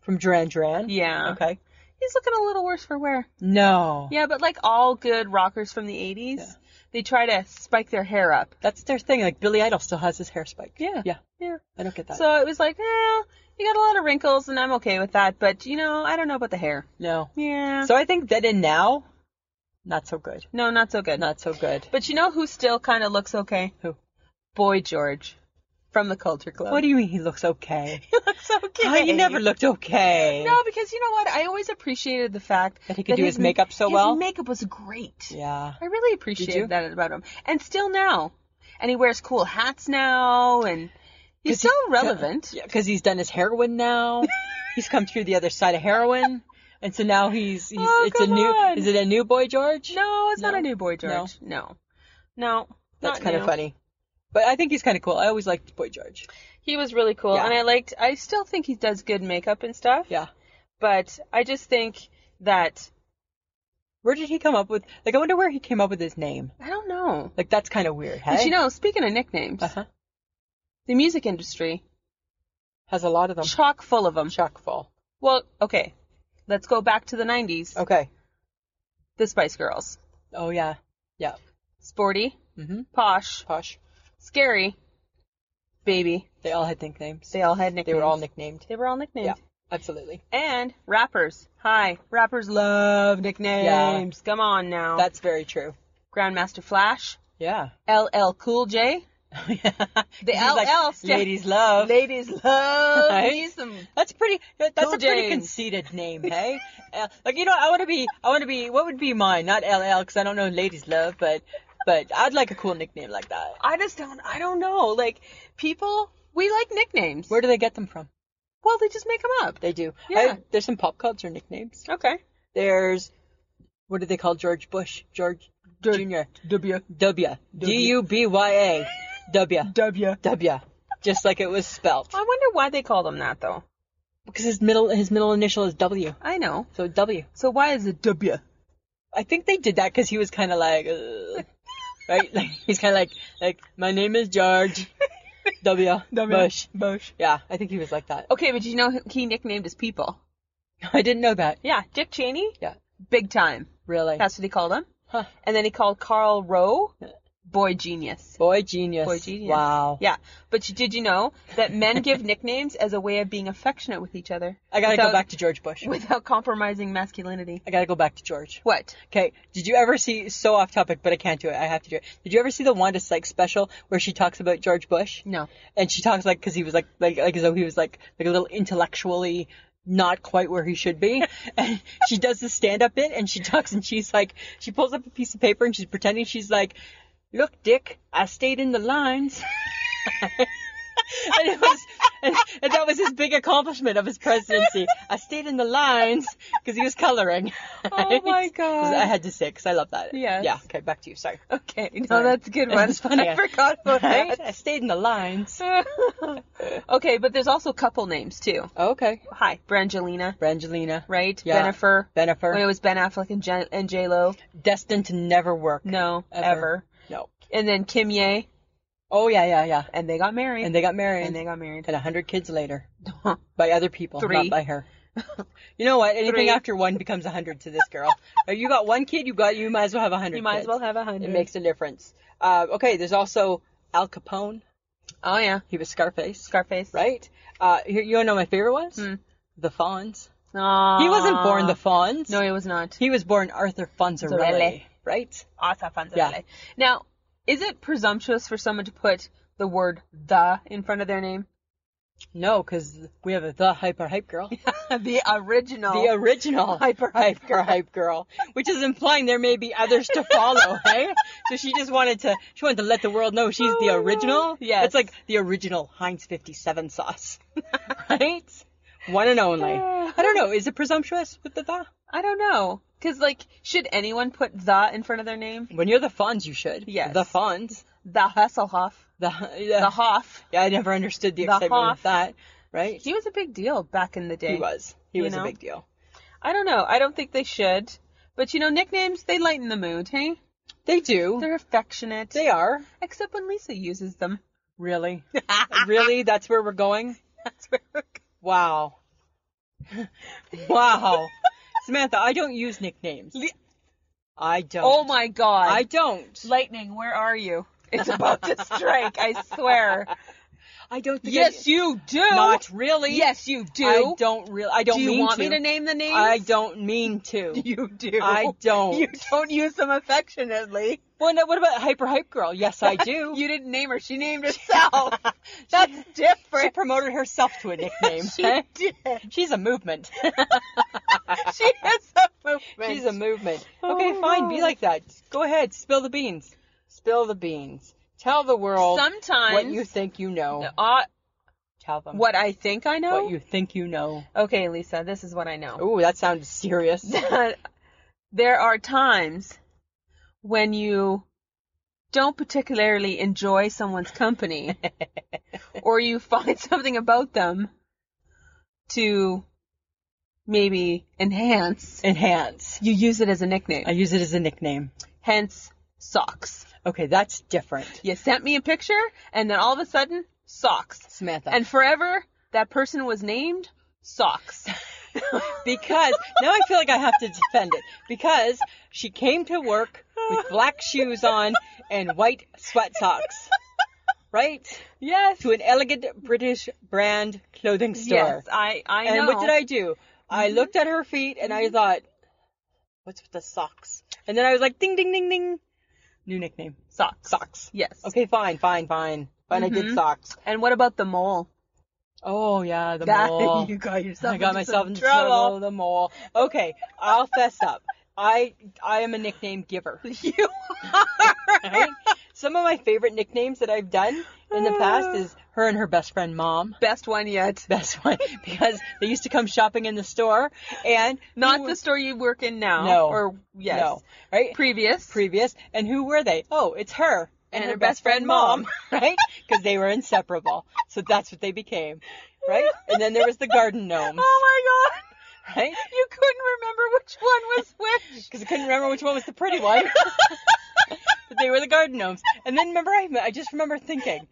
From Duran Duran.
Yeah.
Mm-hmm. Okay.
He's looking a little worse for wear.
No.
Yeah, but like all good rockers from the 80s,
Yeah.
they try to spike their hair up.
That's their thing. Like Billy Idol still has his hair spike.
Yeah.
Yeah.
Yeah.
I don't get that.
So it was like, eh, you got a lot of wrinkles and I'm okay with that, but you know, I don't know about the hair.
no.
Yeah.
So I think that in now, not so good.
no, not so good.
Not so good.
But you know who still kind of looks okay?
Who?
Boy George from the Culture Club.
What do you mean he looks okay?
he looks okay?
How you never looked okay.
No, because you know what? I always appreciated the fact
That he could do his makeup so
his
well?
makeup was great.
Yeah.
I really
you?
appreciated that about him, and still now, and he wears cool hats now, and he's
'Cause he-
still relevant.
Yeah, because he's done his heroin now. he's come through the other side of heroin, and so now he's he's
Oh,
it's a
come
new
on.
is it a new boy George?
No, Oh, it's not
No.
a new boy, George. No, no,
that's
not
kind of
new.
funny. But I think he's kind of cool. I always liked boy George.
He was really cool,
Yeah.
and I liked. I still think he does good makeup and stuff.
Yeah.
but I just think that
Where did he come up with? Like, I wonder where he came up with his name.
I don't know.
Like, that's kind of weird. Hey?
But you know, speaking of nicknames,
uh-huh.
the music industry
has a lot of them.
chock full of them.
Chock full.
Well, okay, let's go back to the '90s.
Okay.
The Spice Girls,
Oh yeah. Yeah.
sporty,
Mm-hmm.
posh,
Posh.
scary, baby.
They all had nicknames.
They all had nicknames.
They were all nicknamed.
They were all nicknames.
Yeah. Absolutely.
And rappers. Hi, rappers love nicknames. Come on now.
That's very true.
Grandmaster Flash,
Yeah.
LL Cool J, The
He's
LL
like,
sta-
ladies love.
Ladies love
Right?
me some-
That's pretty. That's
Cool
a pretty
James.
conceited name, hey? uh, like you know, I want to be. I want to be. What would be mine? Not LL, because I don't know ladies love, but but I'd like a cool nickname like that.
I just don't. I don't know. Like people, we like nicknames.
Where do they get them from?
well, they just make them up.
They do.
Yeah.
I- there's some pop culture nicknames.
Okay.
There's what do they call George Bush? George Junior. W. W. D U B Y A. W. W. W. Just like it was spelt.
I wonder why they call them that though.
Because his middle his middle initial is W.
I know.
So W.
So why is it W?
I think they did that because he was kind of like, Ugh. right? Like he's kind of like, like my name is George W. Bush.
Bush.
Yeah, I think he was like that.
Okay, but you know who he nicknamed his people?
I didn't know that.
Yeah, Dick Cheney.
Yeah,
Big time.
really.
That's what he called him.
Huh.
And then he called Carl Rowe boy genius.
boy genius.
Boy genius.
Wow.
Yeah, but you- did you know that men give nicknames as a way of being affectionate with each other?
I gotta
without-
go back to George Bush.
without compromising masculinity.
I gotta go back to George.
What?
Okay, did you ever see so off topic, but I can't do it. I have to do it. Did you ever see the Wanda Sykes special where she talks about George Bush?
No.
And she talks like because he was like like like as though he was like like a little intellectually not quite where he should be. and she does the stand up bit and she talks and she's like she pulls up a piece of paper and she's pretending she's like, Look, Dick, I stayed in the lines. and it was and, and that was his big accomplishment of his presidency. I stayed in the lines because he was coloring.
Oh my
'Cause I
God.
had to say because I love that.
Yes.
Yeah. Okay, back to you. Sorry.
Okay, no,
Sorry.
that's a good one.
It's funny.
I forgot about
Right?
that.
I stayed in the lines.
okay, but there's also couple names too.
Okay.
Hi, Brangelina,
Brangelina.
right?
Yeah.
Benifer.
Bennifer.
When it was Ben Affleck and Jen- and J Lo.
Destined to never work.
No, ever.
Ever. No.
And then Kim Ye,
Oh yeah, yeah, yeah.
and they got married.
And they got married.
and they got married.
And a hundred kids later, by other people,
Three.
not by her. You know what? Anything
Three.
after one becomes a hundred to this girl. Uh, you got one kid, you got you might as well have a hundred.
you might as
kids.
well have a hundred.
It makes a difference. Uh, okay, there's also Al Capone.
Oh yeah,
He was Scarface.
Scarface. Hmm.
right? Uh, you, you wanna know my favorite ones? The Fawns.
Aww.
He wasn't born the Fawns.
No, he was not.
he was born Arthur Fonzarelli,
Fonzarelli.
right?
Asa Fonzarelli.
Yeah.
Now, is it presumptuous for someone to put the word the in front of their name?
No, because we have a the hyper hype girl,
the original.
the original
Hyper Hype
hyper hype girl, which is implying there may be others to follow, right? So she just wanted to she wanted to let the world know she's the original.
Oh, Yes.
it's like the original Heinz 57 sauce, right? One and only. I don't know. Is it presumptuous with the the?
I don't know. Because, like, should anyone put the in front of their name?
When you're the Fonz, you should.
Yes.
The Fonz.
The Hasselhoff.
The
The Hoff.
Yeah, I never understood the,
The
excitement
Hoff.
with that, right?
He was a big deal back in the day.
He was. He
You
was
know?
a big deal.
I don't know. I don't think they should. But, you know, nicknames, they lighten the mood, hey?
They do. They're,
They're affectionate.
they are.
Except when Lisa uses them.
Really? really? That's where we're going?
That's where
Wow. wow. Samantha, I don't use nicknames.
Le-
I don't.
Oh my god.
I don't.
Lightning, where are you? It's about to strike, I swear.
I don't think
Yes,
I,
you do.
Not really.
Yes, you do.
I don't really. I don't
do you
mean
want
to.
me to name the names?
I don't mean to.
You do.
I don't.
You don't use them affectionately.
well, no, what about Hyper Hype Girl? Yes, I do.
You didn't name her. She named herself. That's different.
she promoted herself to a nickname.
She did.
She's a movement.
She is a movement.
She's a movement.
Oh,
Okay, fine. Be
no.
like that. Go ahead. Spill the beans. Spill the beans. Tell the world
Sometimes.
what you think you know.
Uh,
Tell them
what I think I know.
what you think you know.
Okay, Lisa. This is what I know.
Ooh, that sounds serious.
that there are times when you don't particularly enjoy someone's company or you find something about them to maybe enhance.
Enhance.
You use it as a nickname.
I use it as a nickname.
Hence socks.
Okay, that's different.
You sent me a picture and then all of a sudden socks.
Samantha.
And forever that person was named Socks.
because now I feel like I have to defend it because she came to work with black shoes on and white sweat socks, right?
Yes.
To an elegant British brand clothing store.
Yes, I I
and
know. Mm-hmm.
what did I do? I looked at her feet and I thought, "What's with the socks?" And then I was like, "Ding, ding, ding, ding." New nickname.
Socks. Mm-hmm.
Socks.
Yes.
Okay, fine, fine, fine. Fine, I did socks.
And what about the mole?
Oh yeah, the
That-
mole.
you got yourself
I got
into
myself
some
into
trouble.
trouble. The mole. Okay, I'll fess up. I I am a nickname giver.
You
Right? Some of my favorite nicknames that I've done in the past is her and her best friend mom.
best one yet.
Best one because they used to come shopping in the store and
Not
who-
the store you work in now.
No.
Or yes.
no right
Previous.
previous and who were they? Oh, it's her
And her best friend mom.
right? Because they were inseparable. So that's what they became, right? And then there was the garden gnomes,
oh my god.
right?
You couldn't remember which one was which.
because I couldn't remember which one was the pretty one. but they were the garden gnomes. And then remember, I, I just remember thinking,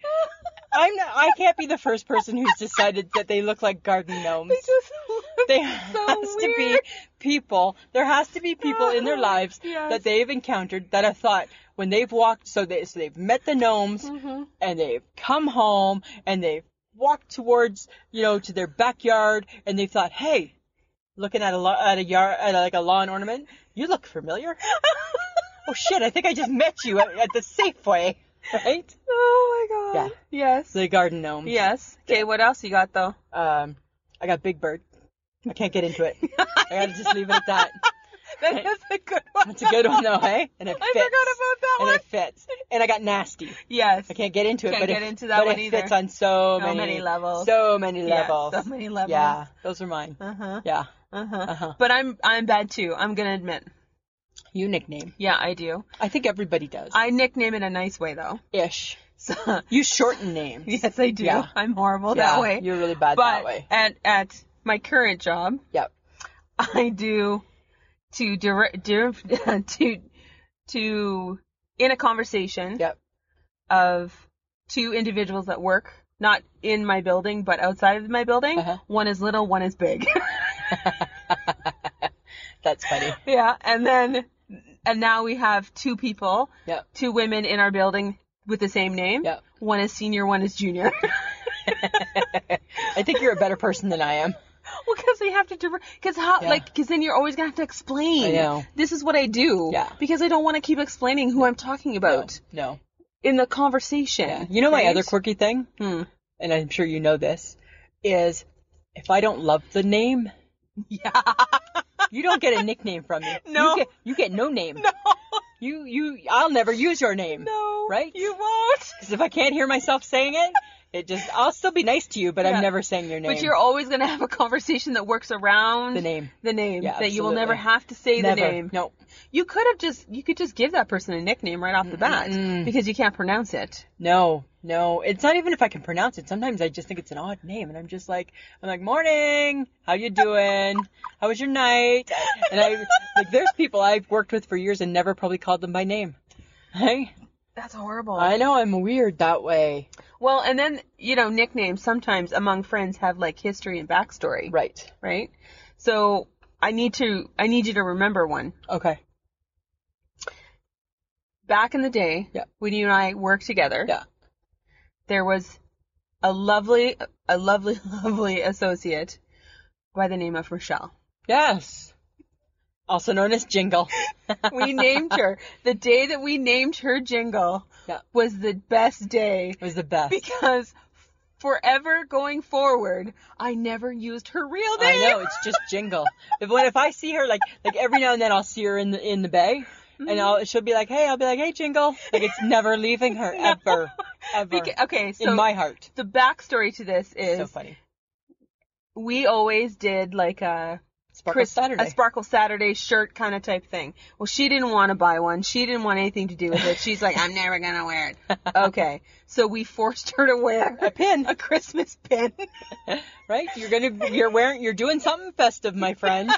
I'm not, I can't be the first person who's decided that they look like garden gnomes.
They just look
There
so
has to be
weird.
people. There has to be people in their lives
Yes.
that they've encountered that have thought when they've walked. So they so they've met the gnomes
Mm-hmm.
and they've come home and they've walked towards you know to their backyard and they've thought, hey, looking at a lo- at a yard at like a lawn ornament, you look familiar. oh shit! I think I just met you at, at the Safeway, right?
Oh my god. Yes.
The garden gnomes.
yes. Okay, what else you got though?
Um, I got Big Bird. I can't get into it. I gotta just leave it at that.
That is a good one.
It's a good one though, hey? And it
I
fits.
forgot about that
and
one.
it fits. And I got nasty.
Yes.
I can't get into it,
Can't
but
get
it,
into that
but
one
it
either.
fits on so,
So many levels.
So many
Yeah,
levels.
so many levels.
Yeah, those are mine.
Uh-huh.
Yeah.
Uh-huh.
Uh-huh.
But I'm I'm bad too. I'm going to admit.
You nickname.
Yeah, I do.
I think everybody does.
I nickname in a nice way though.
Ish.
So
You shorten names.
yes, I do.
Yeah.
I'm horrible
Yeah,
that way.
You're really bad
but
that way.
at at my current job,
Yep.
I do to direct to to in a conversation
Yep.
of two individuals at work, not in my building but outside of my building.
Uh-huh.
One is little, one is big.
That's funny.
yeah, and then and now we have two people,
Yep.
two women in our building with the same name.
Yep.
One is senior, one is junior.
I think you're a better person than I am.
Well, because they have to, because how,
Yeah.
like, because then you're always gonna have to explain.
I know.
This is what I do.
Yeah.
Because I don't want to keep explaining who I'm talking about
No.
in the conversation.
Yeah. You know my
right?
other quirky thing,
Hmm.
and I'm sure you know this, is if I don't love the name,
Yeah.
you don't get a nickname from me.
No.
you get, you get no name. No, you you I'll never use your name.
No.
Right?
You won't.
because if I can't hear myself saying it, it just I'll still be nice to you, but
Yeah.
I'm never saying your name.
But you're always gonna have a conversation that works around
The name.
The name
Yeah,
that you will never
absolutely.
have to say
never.
the name.
No,
You could have just you could just give that person a nickname right off the bat because you can't pronounce it.
no, no. It's not even if I can pronounce it. Sometimes I just think it's an odd name, and I'm just like, I'm like, morning, how you doing? How was your night? And I like, there's people I've worked with for years and never probably called them by name. Hey,
That's horrible.
I know I'm weird that way.
well, and then you know nicknames sometimes among friends have like history and backstory.
Right.
right? So I need to I need you to remember one.
Okay.
Back in the day,
Yeah.
when you and I worked together,
Yeah.
there was a lovely a lovely lovely associate by the name of Rochelle.
Yes. Also known as Jingle.
We named her. The day that we named her Jingle
Yeah.
was the best day
It was the best.
because forever going forward, I never used her real
I
name.
know it's just jingle. If when if I see her like like every now and then I'll see her in the in the bay,
Mm-hmm.
and I'll she'll be like hey I'll be like hey jingle like it's never leaving her ever ever
Beca- okay, uh, so
in my heart.
the backstory to this
So
is
funny.
we always did like a
Sparkle
Chris-
Saturday.
a Sparkle Saturday shirt kind of type thing. Well, she didn't want to buy one. She didn't want anything to do with it. She's like, I'm never gonna wear it. Okay, so we forced her to wear
a pin,
a Christmas pin.
right? You're gonna you're wearing you're doing something festive, my friends,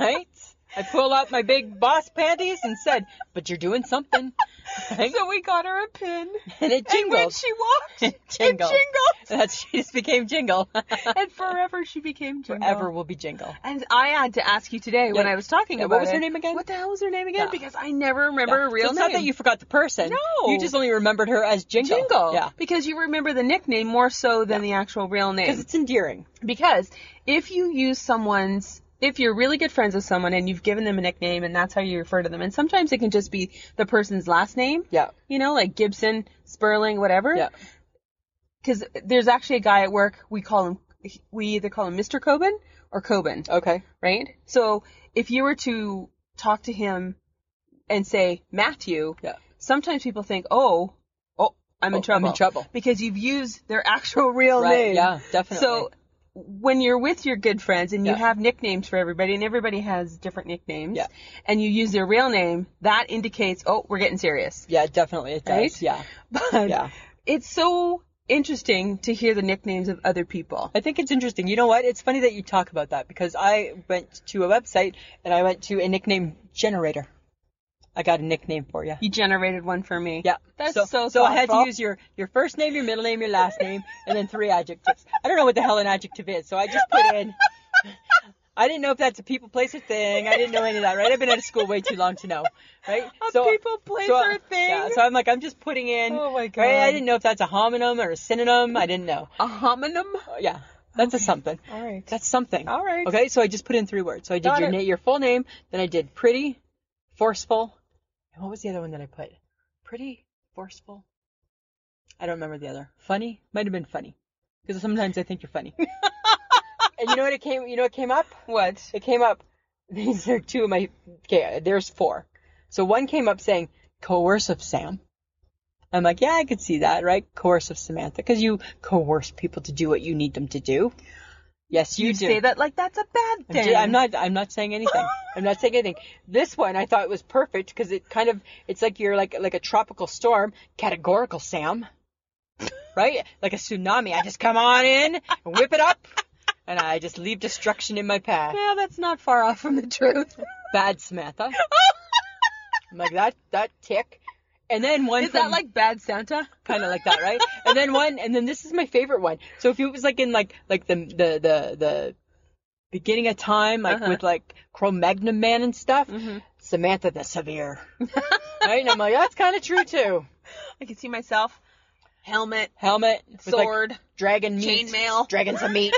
right? I pull out my big boss panties and said, "But you're doing something," right?
so we got her a pin.
and it
And when
jingled.
she walked, it
Jingle.
jingled.
That's she just became jingle.
And forever she became jingle.
Forever will be jingle.
And I had to ask you today when
Yeah.
I was talking
Yeah,
about
what was
it,
her name again?
What the hell was her name again?
Yeah.
Because I never remember her real
so it's
name.
not that you forgot the person.
No.
You just only remembered her as Jingle.
jingle.
Yeah.
Because you remember the nickname more so than the actual real name.
Because it's endearing.
Because if you use someone's if you're really good friends with someone and you've given them a nickname and that's how you refer to them, and sometimes it can just be the person's last name.
Yeah.
You know, like Gibson, Sperling, whatever.
Yeah.
Because there's actually a guy at work. We call him. We either call him Mr. Coben or Coben
Okay.
right? So if you were to talk to him and say Matthew,
Yeah.
sometimes people think, oh, oh, I'm
Oh,
in trouble.
I'm in trouble.
Because you've used their actual real
Right,
name.
yeah, definitely.
So when you're with your good friends and you
Yeah.
have nicknames for everybody and everybody has different nicknames
Yeah.
and you use their real name, that indicates, oh, we're getting serious.
Yeah, definitely it does.
Right?
Yeah.
But
Yeah.
it's so interesting to hear the nicknames of other people.
I think it's interesting. You know what? It's funny that you talk about that because I went to a website and I went to a nickname generator. I got a nickname for you.
You generated one for me.
Yeah.
That's
so
so
so I had to
thoughtful.
use your your first name, your middle name, your last name, and then three adjectives. I don't know what the hell an adjective is, so I just put in. I didn't know if that's a people, place, or thing. I didn't know any of that, right? I've been out of school way too long to know, right?
A people, place, or thing.
Yeah, so I'm like, I'm just putting in.
Oh my
Right?
God.
I didn't know if that's a homonym or a synonym. I didn't know.
A homonym?
Yeah, that's a something.
All right.
That's something.
All right.
Okay, so I just put in three words. So I did
Got
your
it.
na- your full name, then I did pretty, forceful, and what was the other one that I put? Pretty, forceful. I don't remember the other. Funny might have been funny, because sometimes I think you're funny. and you know what it came? You know what came up?
What?
It came up. These are two of my. Okay, there's four. So one came up saying coercive Sam. I'm like, yeah, I could see that, right? Coercive Samantha, because you coerce people to do what you need them to do. Yes, you,
You
do.
say that like that's a bad
I'm,
thing.
ju- I'm not. I'm not saying anything. I'm not saying anything. This one I thought was perfect because it kind of. It's like you're like like a tropical storm. Categorical, Sam. Right? Like a tsunami. I just come on in and whip it up, and I just leave destruction in my path.
Well, that's not far off from the truth.
Bad Samantha. I'm like that. That tick. And then one.
Is
from,
that like bad Santa?
kind of like that, right? and then one, and then this is my favorite one. So if it was like in like like the the the the beginning of time, like
Uh-huh.
with like Cro-Magnon Man and stuff,
Mm-hmm.
Samantha the Severe, right? And I'm like, that's kind of true too.
I can see myself. Helmet,
Helmet, with, like,
sword.
dragon meat,
Chainmail.
dragon some meat,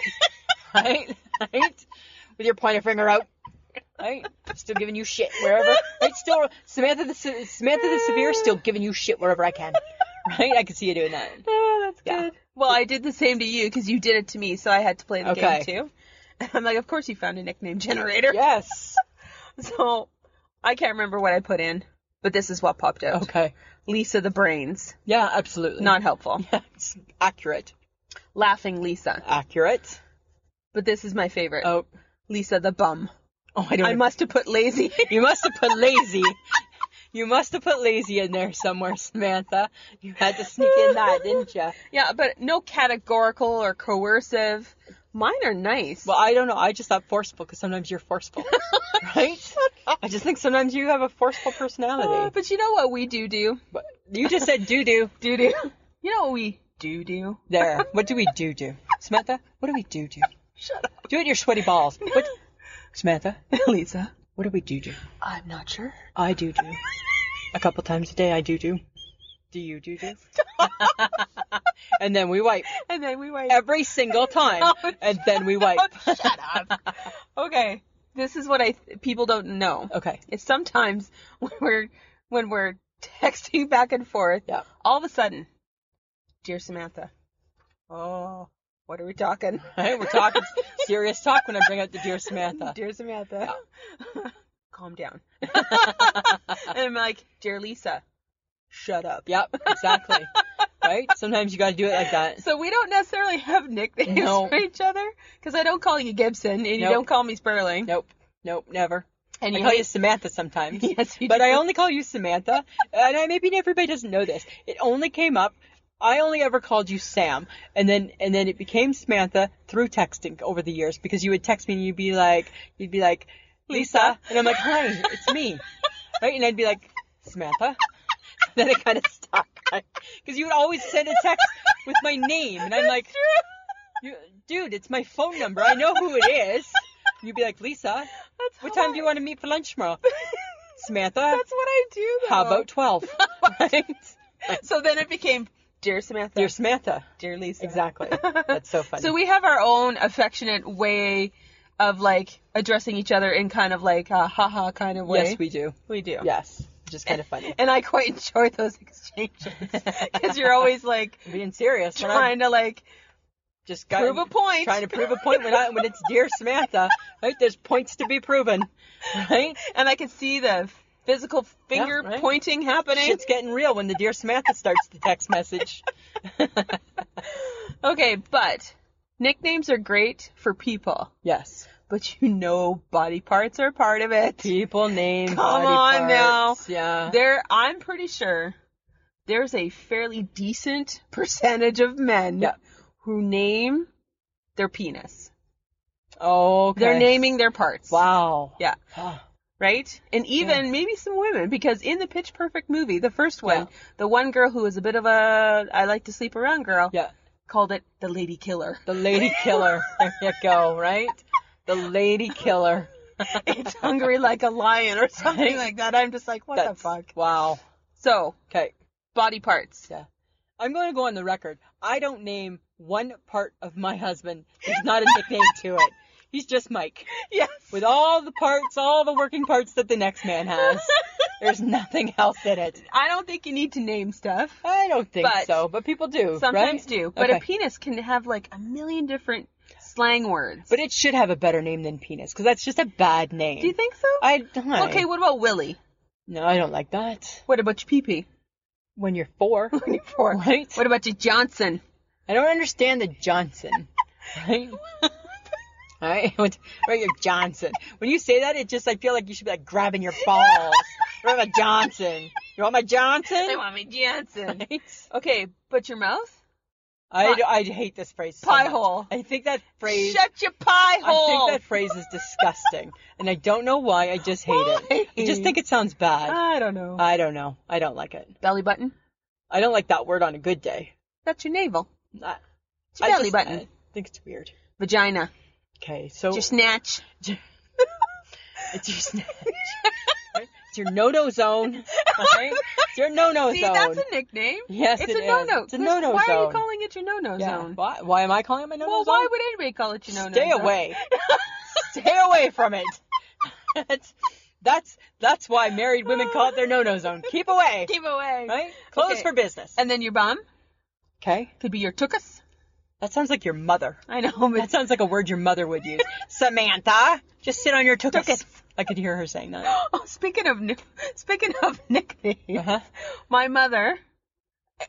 right? Right? With your pointer finger out, right? Still giving you shit wherever. Right? Still Samantha the Se- Samantha the Severe still giving you shit wherever I can, right? I can see you doing that.
oh, that's
Yeah.
good. Well, I did the same to you because you did it to me, so I had to play the
Okay.
game too. And I'm like, of course you found a nickname generator.
Yes.
So I can't remember what I put in, but this is what popped out.
Okay.
Lisa the brains.
Yeah, absolutely.
Not helpful.
It's accurate.
Laughing Lisa.
Accurate.
But this is my favorite.
Oh,
Lisa the bum.
oh, I don't.
I must have put lazy.
You must have put lazy. you must have put lazy in there somewhere, Samantha. You had to sneak in that, didn't you?
Yeah, but no categorical or coercive. Mine are nice.
Well, I don't know. I just thought forceful because sometimes you're forceful, right? I just think sometimes you have a forceful
Uh,
personality.
but you know what we do do?
But you just said doo doo.
Do do. You know what we do do?
There. What do we do do? Samantha, what do we do do?
Shut up,
Do it in your sweaty balls. What? Samantha,
Lisa.
what do we do do?
I'm not sure.
I do do. A couple times a day, I do do. Do you do do? and then we wipe
And then we wait.
every single time,
Oh,
and then we wipe.
Shut up. okay. This is what I people don't know.
Okay.
It's sometimes when we're when we're texting back and forth.
Yeah.
All of a sudden, dear Samantha,
Oh.
what are we talking?
Right, we're talking serious talk when I bring up the dear Samantha.
Dear Samantha, calm down. and I'm like, dear Lisa, shut up.
Yep, exactly. right? Sometimes you got to do it like that.
So we don't necessarily have nicknames
No.
for each other because I don't call you Gibson and you
Nope.
don't call me Sperling.
Nope. Nope. Never.
And
I
you
call
hate-
you Samantha sometimes.
Yes, you
but I
do.
only call you Samantha, and I, maybe everybody doesn't know this. It only came up. I only ever called you Sam, and then and then it became Samantha through texting over the years because you would text me and you'd be like you'd be like Lisa,
Lisa.
and I'm like hi, it's me, right? And I'd be like Samantha. then it kind of stuck because you would always send a text with my name, and I'm like, you, dude, it's my phone number. I know who it is. You'd be like Lisa.
That's
What
how
time do you
I-
want to meet for lunch tomorrow? Samantha,
That's what I do. Though.
how about 12? right?
So then it became dear Samantha,
Dear Samantha.
dear Lisa.
Exactly. That's so funny.
So we have our own affectionate way of like addressing each other in kind of like a haha kind of way.
Yes, we do.
we do.
Yes. Just kind of funny.
And I quite enjoy those exchanges because you're always like
Being serious. when I'm
trying to like
just got
prove a point.
Trying to prove a point when I when it's dear Samantha. Right? There's points to be proven. Right?
and I could see the physical finger
right.
pointing happening.
Shit's getting real when the dear Samantha starts the text message.
Okay, but nicknames are great for people,
Yes.
but you know body parts are part of it.
People name
Come
body
on
parts. Yeah.
There, I'm pretty sure there's a fairly decent percentage of men
Yeah.
who name their penis.
Oh, okay.
They're naming their parts.
Wow.
Yeah.
Ah.
Right? And even maybe some women, because in the Pitch Perfect movie, the first one, the one girl who was a bit of a I like to sleep around girl
Yeah.
called it the lady killer.
The lady killer. there you go, right? The lady killer.
it's hungry like a lion or something like that. I'm just like, what
That's
the fuck?
wow.
So,
Okay.
body parts.
Yeah. I'm going to go on the record. I don't name one part of my husband. There's not a nickname to it. He's just Mike.
Yes.
With all the parts, all the working parts that the next man has. There's nothing else in it.
I don't think you need to name stuff.
I don't think
But
so, but people do.
Sometimes
right?
do. But a
Okay.
penis can have like a million different slang words.
But it should have a better name than penis, because that's just a bad name.
Do you think so?
I
okay, what about Willy?
No, I don't like that.
What about your pee
When you're four,
Four.
right?
What about your Johnson?
I don't understand the Johnson, right? right? What- Right, your Johnson. When you say that, it just I feel like you should be like grabbing your balls. What about Johnson? You want my Johnson?
want me Johnson.
Right?
okay, but your mouth?
I, d- I hate this phrase. So
Pie
much.
hole.
I think that phrase.
Shut your pie
I
hole.
think that phrase is disgusting, and I don't know why. I just hate it. I just think it sounds bad.
I don't know.
I don't know. I don't like it.
belly button?
I don't like that word on a good day.
That's your navel.
I,
It's your
I
belly
just-
button.
I think it's weird.
Vagina.
Okay, so
It's your snatch.
It's your snatch. Right? It's your no-no zone. right? It's your no-no
See,
zone.
that's a nickname.
Yes,
it's
it
a
is.
no-no.
It's a
Chris,
no-no
Why are you
zone.
calling it your no-no
yeah.
zone?
Why, why am I calling it my no-no
Well,
zone?
why would anybody call it your no-no
Stay
zone?
away. Stay away from it. that's, that's that's why married women call it their no-no zone. Keep away.
Keep away.
right? Close
Okay.
for business.
And then your bum
Okay.
could be your tookus.
That sounds like your mother.
I know, but
That sounds like a word your mother would use. Samantha, just sit on your tuchus. I could hear her saying that.
oh, speaking of ni- speaking of nicknames,
Uh-huh.
my mother,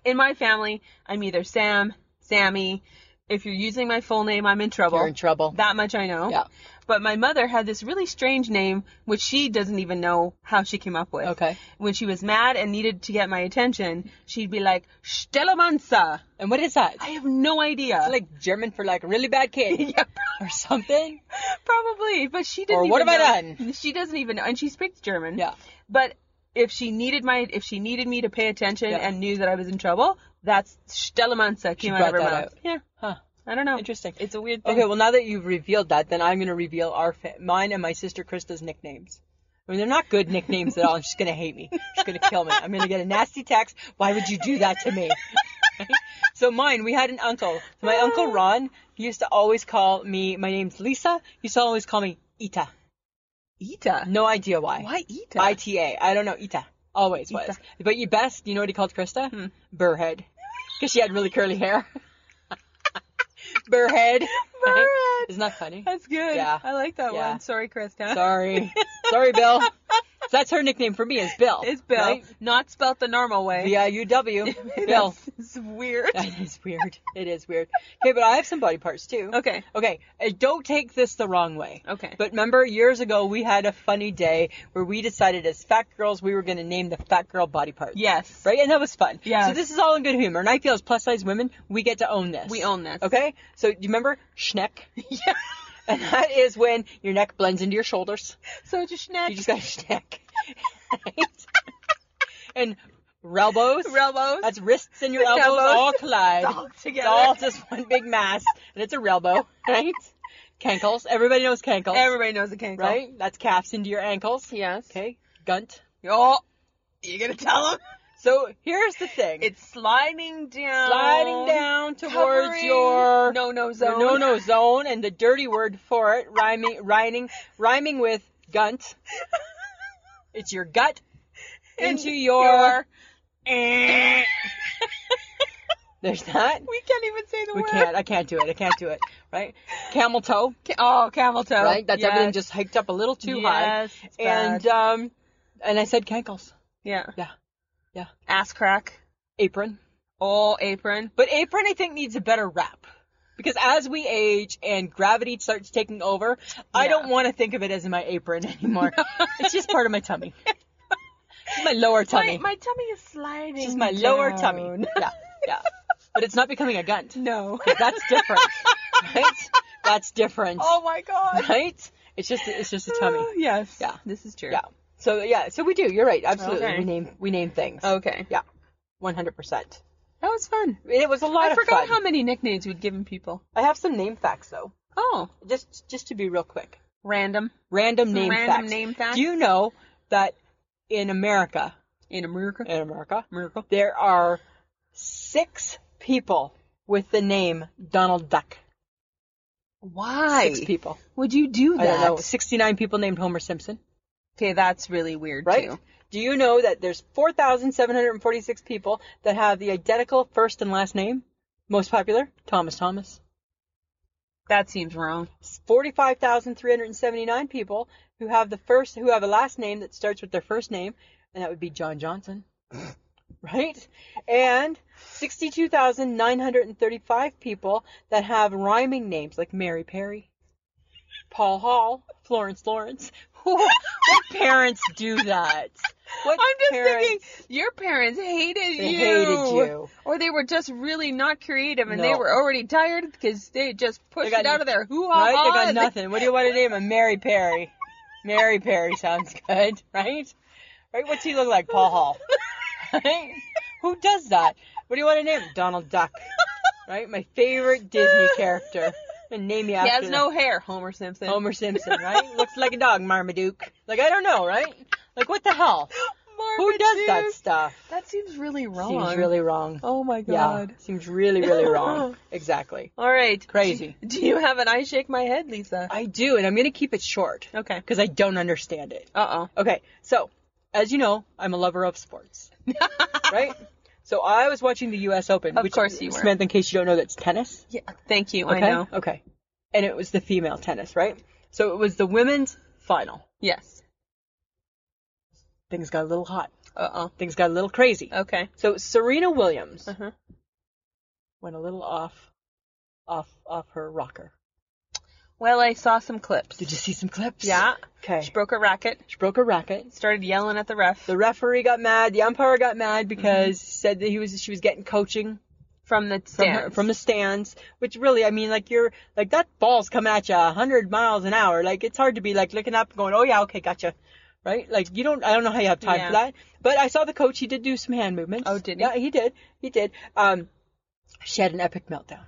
in my family, I'm either Sam, Sammy. If you're using my full name, I'm in trouble.
You're in trouble.
That much I know.
Yeah.
But my mother had this really strange name, which she doesn't even know how she came up with.
Okay.
When she was mad and needed to get my attention, she'd be like, Stella Mansa.
And what is that?
I have no idea.
like German for like really bad kid
yeah,
or something.
probably. But she didn't
Or
even
what have I
know-
done?
She doesn't even know. And she speaks German.
Yeah.
But if she needed my, if she needed me to pay attention
Yeah.
and knew that I was in trouble, that's Stella Mansa came out of her
brought that
mouth.
out.
Yeah.
Huh.
I don't know.
Interesting.
It's a weird thing.
Okay, well now that you've revealed that, then I'm gonna reveal our fa- mine and my sister Krista's nicknames. I mean, they're not good nicknames at all. She's gonna hate me. She's gonna kill me. I'm gonna get a nasty text. Why would you do that to me? so mine, we had an uncle. My uncle Ron he used to always call me. My name's Lisa. He used to always call me Ita.
Ita.
No idea why.
Why Ita?
ITA. I don't know. Ita. Always was. But you best, you know what he called Krista?
Hmm.
Burrhead. Because she had really curly hair. Burrhead.
Burrhead.
Isn't that funny?
That's good.
Yeah.
I like that
Yeah.
one. Sorry, Krista.
Sorry. Sorry, Bill. So that's her nickname for me is Bill.
It's Bill.
Right?
Not spelt the normal way.
B-I-U-W. Bill.
That's- It's weird.
That is weird. It is weird. Okay, but I have some body parts too.
Okay.
Okay. uh, Don't take this the wrong way.
Okay.
But remember, years ago we had a funny day where we decided as fat girls we were going to name the fat girl body parts.
Yes.
Right? And that was fun.
Yes.
So this is all in good humor. And I feel as plus size women, we get to own this.
We own this.
Okay? So do you remember schneck?
Yeah.
And that is when your neck blends into your shoulders.
So just snack.
You just got a schneck. right? And relbos.
Relbos.
That's wrists and your elbows,
elbows.
all collide.
It's all together.
It's all just one big mass. And it's a relbo, right? Cankles. Everybody knows cankles.
Everybody knows a cankle.
Right? That's calves into your ankles.
Yes.
Okay. Gunt.
Oh, you gonna tell him?
So here's the thing.
It's sliding down.
sliding down towards
Um, covering
your
no-no
your
zone.
no-no zone, and the dirty word for it rhyming rhyming rhyming with gunt. It's your gut into
And
your.
your-
There's that.
We can't even say the
We
word.
can't. I can't do it. I can't do it. Right? Camel toe.
Ca- Oh, camel toe.
Right? That's everything
Yes.
just hiked up a little too
Yes,
high.
it's
And
bad.
um, and I said cankles,
yeah.
Yeah. Yeah.
Ass crack.
apron.
Oh, apron.
But apron, I think, needs a better rap. Because as we age and gravity starts taking over, I
Yeah.
don't want to think of it as my apron anymore. it's just part of my tummy. It's my lower tummy.
My, my tummy is sliding.
it's just my lower
down.
tummy. Yeah, yeah. But it's not becoming a gunt.
No.
That's different. Right? That's different.
oh my god.
Right? It's just it's just a tummy.
Oh, yes.
Yeah.
This is true.
Yeah. So yeah, so we do. You're right. Absolutely.
Okay.
We name we name things.
Okay.
Yeah. 100%.
That was fun.
It was a lot
I
of
forgot
fun.
how many nicknames we'd given people.
I have some name facts though.
Oh.
Just just to be real quick.
Random.
Random
Some
name
random
facts.
name facts?
Do you know that in America,
In America.
in America,
America.
there are six people with the name Donald Duck?
Why?
Six people.
Would you do that?
I don't know. 69 people named Homer Simpson,
Okay, that's really weird
right?
too.
Do you know that there's 4,746 people that have the identical first and last name? Most popular, Thomas Thomas.
That seems wrong.
45,379 people who have the first who have a last name that starts with their first name and that would be John Johnson. right? And 62,935 people that have rhyming names like Mary Perry, Paul Hall, Florence Lawrence. what parents do that? What
I'm just
parents-
thinking your parents hated
They
you.
hated you.
Or they were just really not creative and they
No.
were already tired because they just pushed
got
it out of their hoo ha.
Right? They got nothing. What do you want to name him? Mary Perry. Mary Perry sounds good, right? Right? What's he look like? Paul Hall. Right? Who does that? What do you want to name him? Donald Duck. Right? My favorite Disney character. And name
He
you after
has
the-
no hair, Homer Simpson.
Homer Simpson, right? Looks like a dog, Marmaduke. Like I don't know, right? Like what the hell? Who does that
Marmaduke.
stuff?
That seems really wrong.
Seems really wrong.
Oh my
yeah.
god.
Seems really, really wrong. exactly.
All right.
Crazy.
Do you have an I shake my head, Lisa?
I do, and I'm gonna keep it short.
Okay.
Because I don't understand it.
Uh oh.
Okay, so as you know, I'm a lover of sports, right? So I was watching the U.S. Open.
Of
which,
course you were.
Samantha, in case you don't know, that's tennis.
Yeah. Thank you.
Okay?
I know.
Okay. And it was the female tennis, right? So it was the women's final.
Yes.
Things got a little hot.
Uh oh.
Things got a little crazy.
Okay.
So Serena Williams
Uh huh.
went a little off, off, off her rocker.
Well, I saw some clips.
Did you see some clips?
Yeah.
Okay.
She broke her racket.
She broke her racket.
Started yelling at the ref
The referee got mad. The umpire got mad because he said that he was she was getting coaching
from the
from,
Mm-hmm. stands.
her, from the stands, which really, I mean, like you're like that ball's come at you a hundred miles an hour. Like it's hard to be like looking up and going, oh yeah, okay, gotcha, right? Like you don't, I don't know how you have time
Yeah.
for that. But I saw the coach; he did do some hand movements.
Oh, did he?
Yeah, he did. He did. Um, she had an epic meltdown.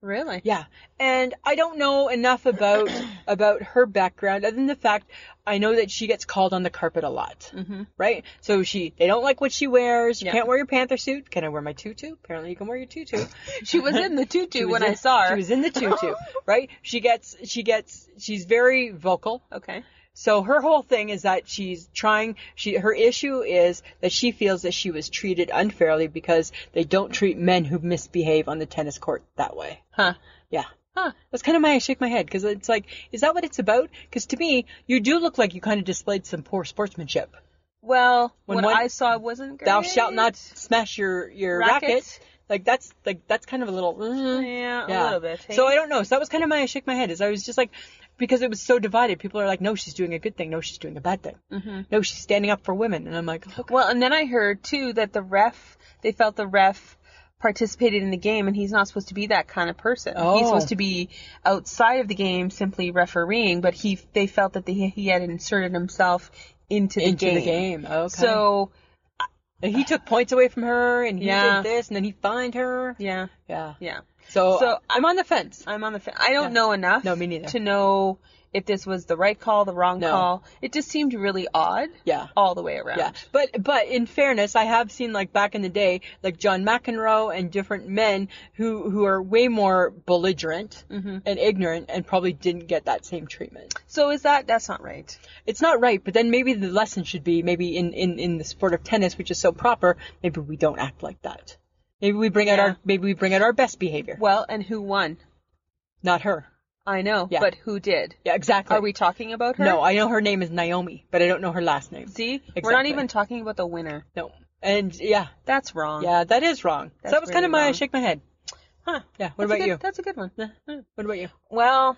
really?
Yeah, and I don't know enough about about her background other than the fact I know that she gets called on the carpet a lot, mm-hmm. right? So she they don't like what she wears. You
Yeah.
can't wear your panther suit. Can I wear my tutu? Apparently, you can wear your tutu.
She was in the
She
tutu
was
when
in-
I saw her.
She was in the tutu, right? She gets, she gets, she's very vocal.
Okay.
So her whole thing is that she's trying, she, her issue is that she feels that she was treated unfairly because they don't treat men who misbehave on the tennis court that way.
Huh.
Yeah.
Huh.
That's kind of why I shake my head because it's like, is that what it's about? Because to me, you do look like you kind of displayed some poor sportsmanship.
Well,
When
what
one-
I saw wasn't great.
Thou shalt not smash your your racket.
Racket.
Like that's like that's kind of a little. mm-hmm.
Yeah, a little bit. eh?
So I don't know. So that was kind of my I shook my head. Is I was just like, because it was so divided. People are like, no, she's doing a good thing. No, she's doing a bad thing. Mm-hmm. No, she's standing up for women. And I'm like, look,
well, and then I heard too that the ref, they felt the ref participated in the game and he's not supposed to be that kind of person. He's
Oh.
supposed to be outside of the game simply refereeing, but he they felt that the, he had inserted himself into the
into
game.
the game. Okay.
So,
and he took points away from her, and he
Yeah.
did this, and then he fined her.
yeah.
Yeah.
Yeah.
So,
So-
I'm on the fence.
I'm on the fence. I don't know enough
No, me neither.
to know if this was the right call, the wrong
No.
call. It just seemed really odd.
Yeah.
All the way around.
Yeah, but but in fairness, I have seen like back in the day, like John McEnroe and different men who who are way more belligerent
Mm-hmm.
and ignorant and probably didn't get that same treatment.
So is that that's not right.
It's not right, but then maybe the lesson should be maybe in in in the sport of tennis, which is so proper, maybe we don't act like that. Maybe we bring out
Yeah.
our maybe we bring out our best behavior.
Well, and who won?
Not her.
I know,
Yeah.
but who did?
Yeah, exactly.
Are we talking about her?
No, I know her name is Naomi, but I don't know her last name.
See, we're not
Exactly.
even talking about the winner.
No. And yeah,
That's wrong.
yeah, that is wrong. So
That's
that was kind
really
of my
wrong.
shake my head.
Huh.
Yeah. What
That's a
about
good-
you?
That's a good one.
What about you?
Well,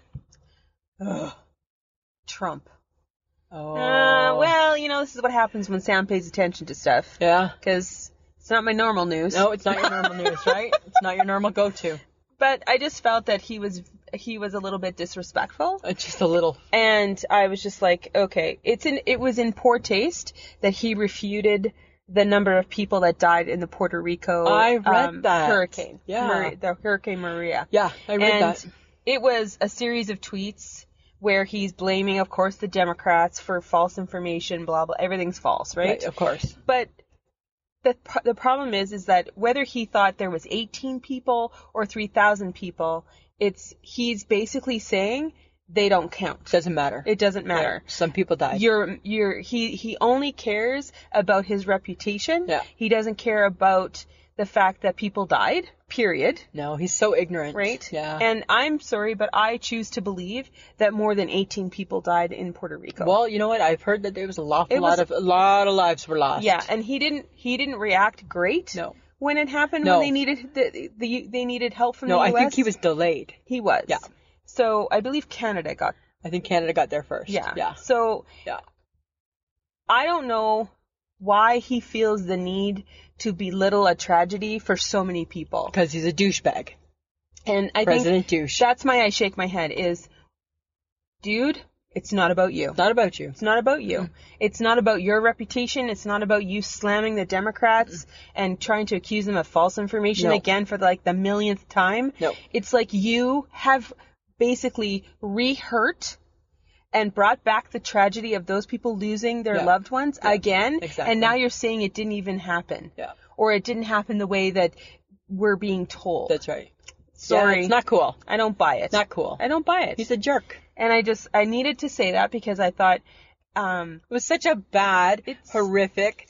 Trump.
Oh.
Uh, well, you know, this is what happens when Sam pays attention to stuff.
Yeah.
Because it's not my normal news.
No, it's not your normal news, right? It's not your normal go-to.
But I just felt that he was he was a little bit disrespectful,
It's Uh, just a little.
and I was just like, okay, it's in it was in poor taste that he refuted the number of people that died in the Puerto Rico
I read
um,
that.
hurricane,
Yeah.
Mari- the Hurricane Maria.
Yeah, I read
and
that.
it was a series of tweets where he's blaming, of course, the Democrats for false information, blah blah. Everything's false, right?
Right, of course.
But the pro- the problem is is that whether he thought there was 18 people or 3,000 people, it's he's basically saying they don't count.
Doesn't matter.
It doesn't matter.
Some people died.
You're you're he he only cares about his reputation.
Yeah.
He doesn't care about the fact that people died. Period.
no, he's so ignorant.
Right?
Yeah.
And I'm sorry, but I choose to believe that more than 18 people died in Puerto Rico.
well, you know what? I've heard that there was a lot,
It was-
lot of, a lot of lives were lost.
Yeah, and he didn't he didn't react great.
No.
When it happened,
No.
when they needed the, the they needed help from
no,
the
I
U.S.
think he was delayed.
he was.
Yeah.
So I believe Canada got
I think Canada got there first.
yeah.
Yeah.
So
Yeah.
I don't know why he feels the need to belittle a tragedy for so many people.
Because he's a douchebag.
And I think
President douche.
that's my I shake my head is, dude, it's not about you.
Not about you. Mm-hmm.
It's not about you. It's not about your reputation. It's not about you slamming the Democrats and trying to accuse them of false information
Mm-hmm. No.
again for like the millionth time.
No.
It's like you have basically re-hurt and brought back the tragedy of those people losing their
Yeah.
loved ones again.
Exactly.
And now you're saying it didn't even happen.
Yeah.
Or it didn't happen the way that we're being told.
That's right.
Sorry.
Yeah, it's not cool.
I don't buy it.
Not cool.
I don't buy it.
He's a jerk.
and I just I needed to say that because I thought um
It was such a bad,
It's-
horrific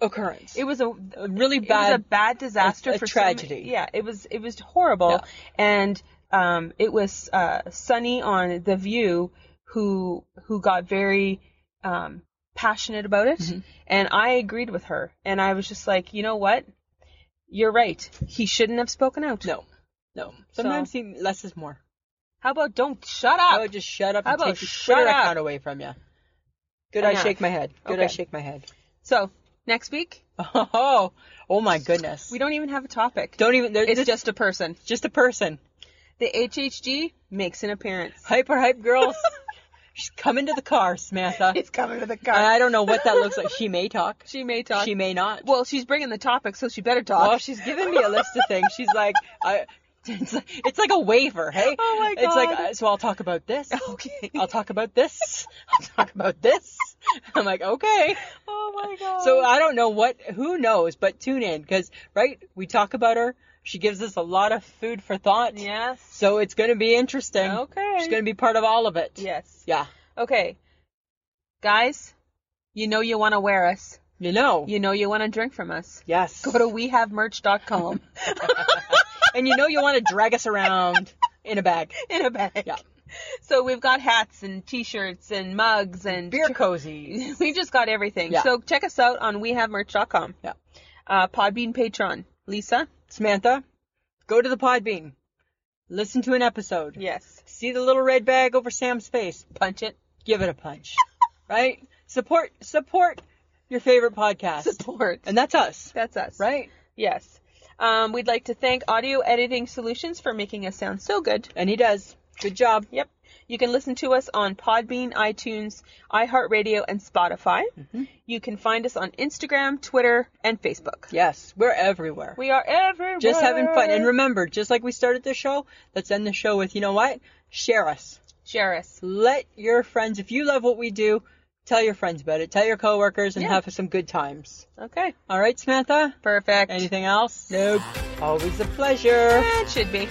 occurrence.
it was a
a really
it was
bad.
a bad disaster
a- a
for so many-
tragedy.
yeah, it was it was horrible,
Yeah.
and um, it was uh, Sunny on The View who who got very um, passionate about it,
Mm-hmm.
and I agreed with her, and I was just like, you know what, you're right. He shouldn't have spoken out.
no, no. Sometimes he, less is more.
How about don't shut
I
up?
would just shut up
How
and
about
take your
shut
Twitter
up?
account away from you. Good, I
Enough.
shake my head. Good, I
Okay.
shake my head.
so next week
Oh, oh my goodness.
we don't even have a topic.
don't even. There,
it's
this-
just a person.
just a person.
The HHG makes an appearance.
Hyper hype girls. She's coming to the car, Samantha.
It's coming to the car.
I don't know what that looks like. She may talk.
she may talk.
She may not.
Well, she's bringing the topic, so she better talk.
Well, Oh, she's giving me a list of things. She's like, I, it's, like it's like a waiver, hey?
Oh my
It's like,
God.
uh, so I'll talk about this.
Okay.
I'll talk about this. I'll talk about this. I'm like, okay.
Oh my god.
So uh, I don't know what, who knows, but tune in because, right, we talk about her. She gives us a lot of food for thought.
yes.
So it's going to be interesting.
Okay.
She's going to be part of all of it.
Yes.
Yeah.
Okay. Guys, you know you want to wear us.
You know.
You know you want to drink from us.
yes.
Go to wehavemerch.com
and you know you want to drag us around in a bag.
in a bag.
Yeah.
So we've got hats and t-shirts and mugs and
Beer cozy.
we just got everything.
Yeah.
So check us out on wehavemerch.com.
Yeah.
Uh, Podbean Patreon. Lisa?
Samantha, go to the Podbean. Listen to an episode.
Yes.
See the little red bag over Sam's face.
Punch it.
Give it a punch. right? Support support your favorite podcast.
Support.
And that's us.
That's us.
Right?
Yes. Um, we'd like to thank Audio Editing Solutions for making us sound so good.
And he does. Good job.
Yep. You can listen to us on Podbean, iTunes, iHeartRadio, and Spotify.
Mm-hmm.
You can find us on Instagram, Twitter, and Facebook.
Yes. We're everywhere.
We are everywhere.
just having fun. And remember, just like we started the show, let's end the show with you know what? Share us.
Share us.
Let your friends, if you love what we do, tell your friends about it. Tell your coworkers and
Yeah.
have some good times.
Okay.
All right, Samantha?
Perfect.
Anything else? Nope. Always a pleasure.
That should be.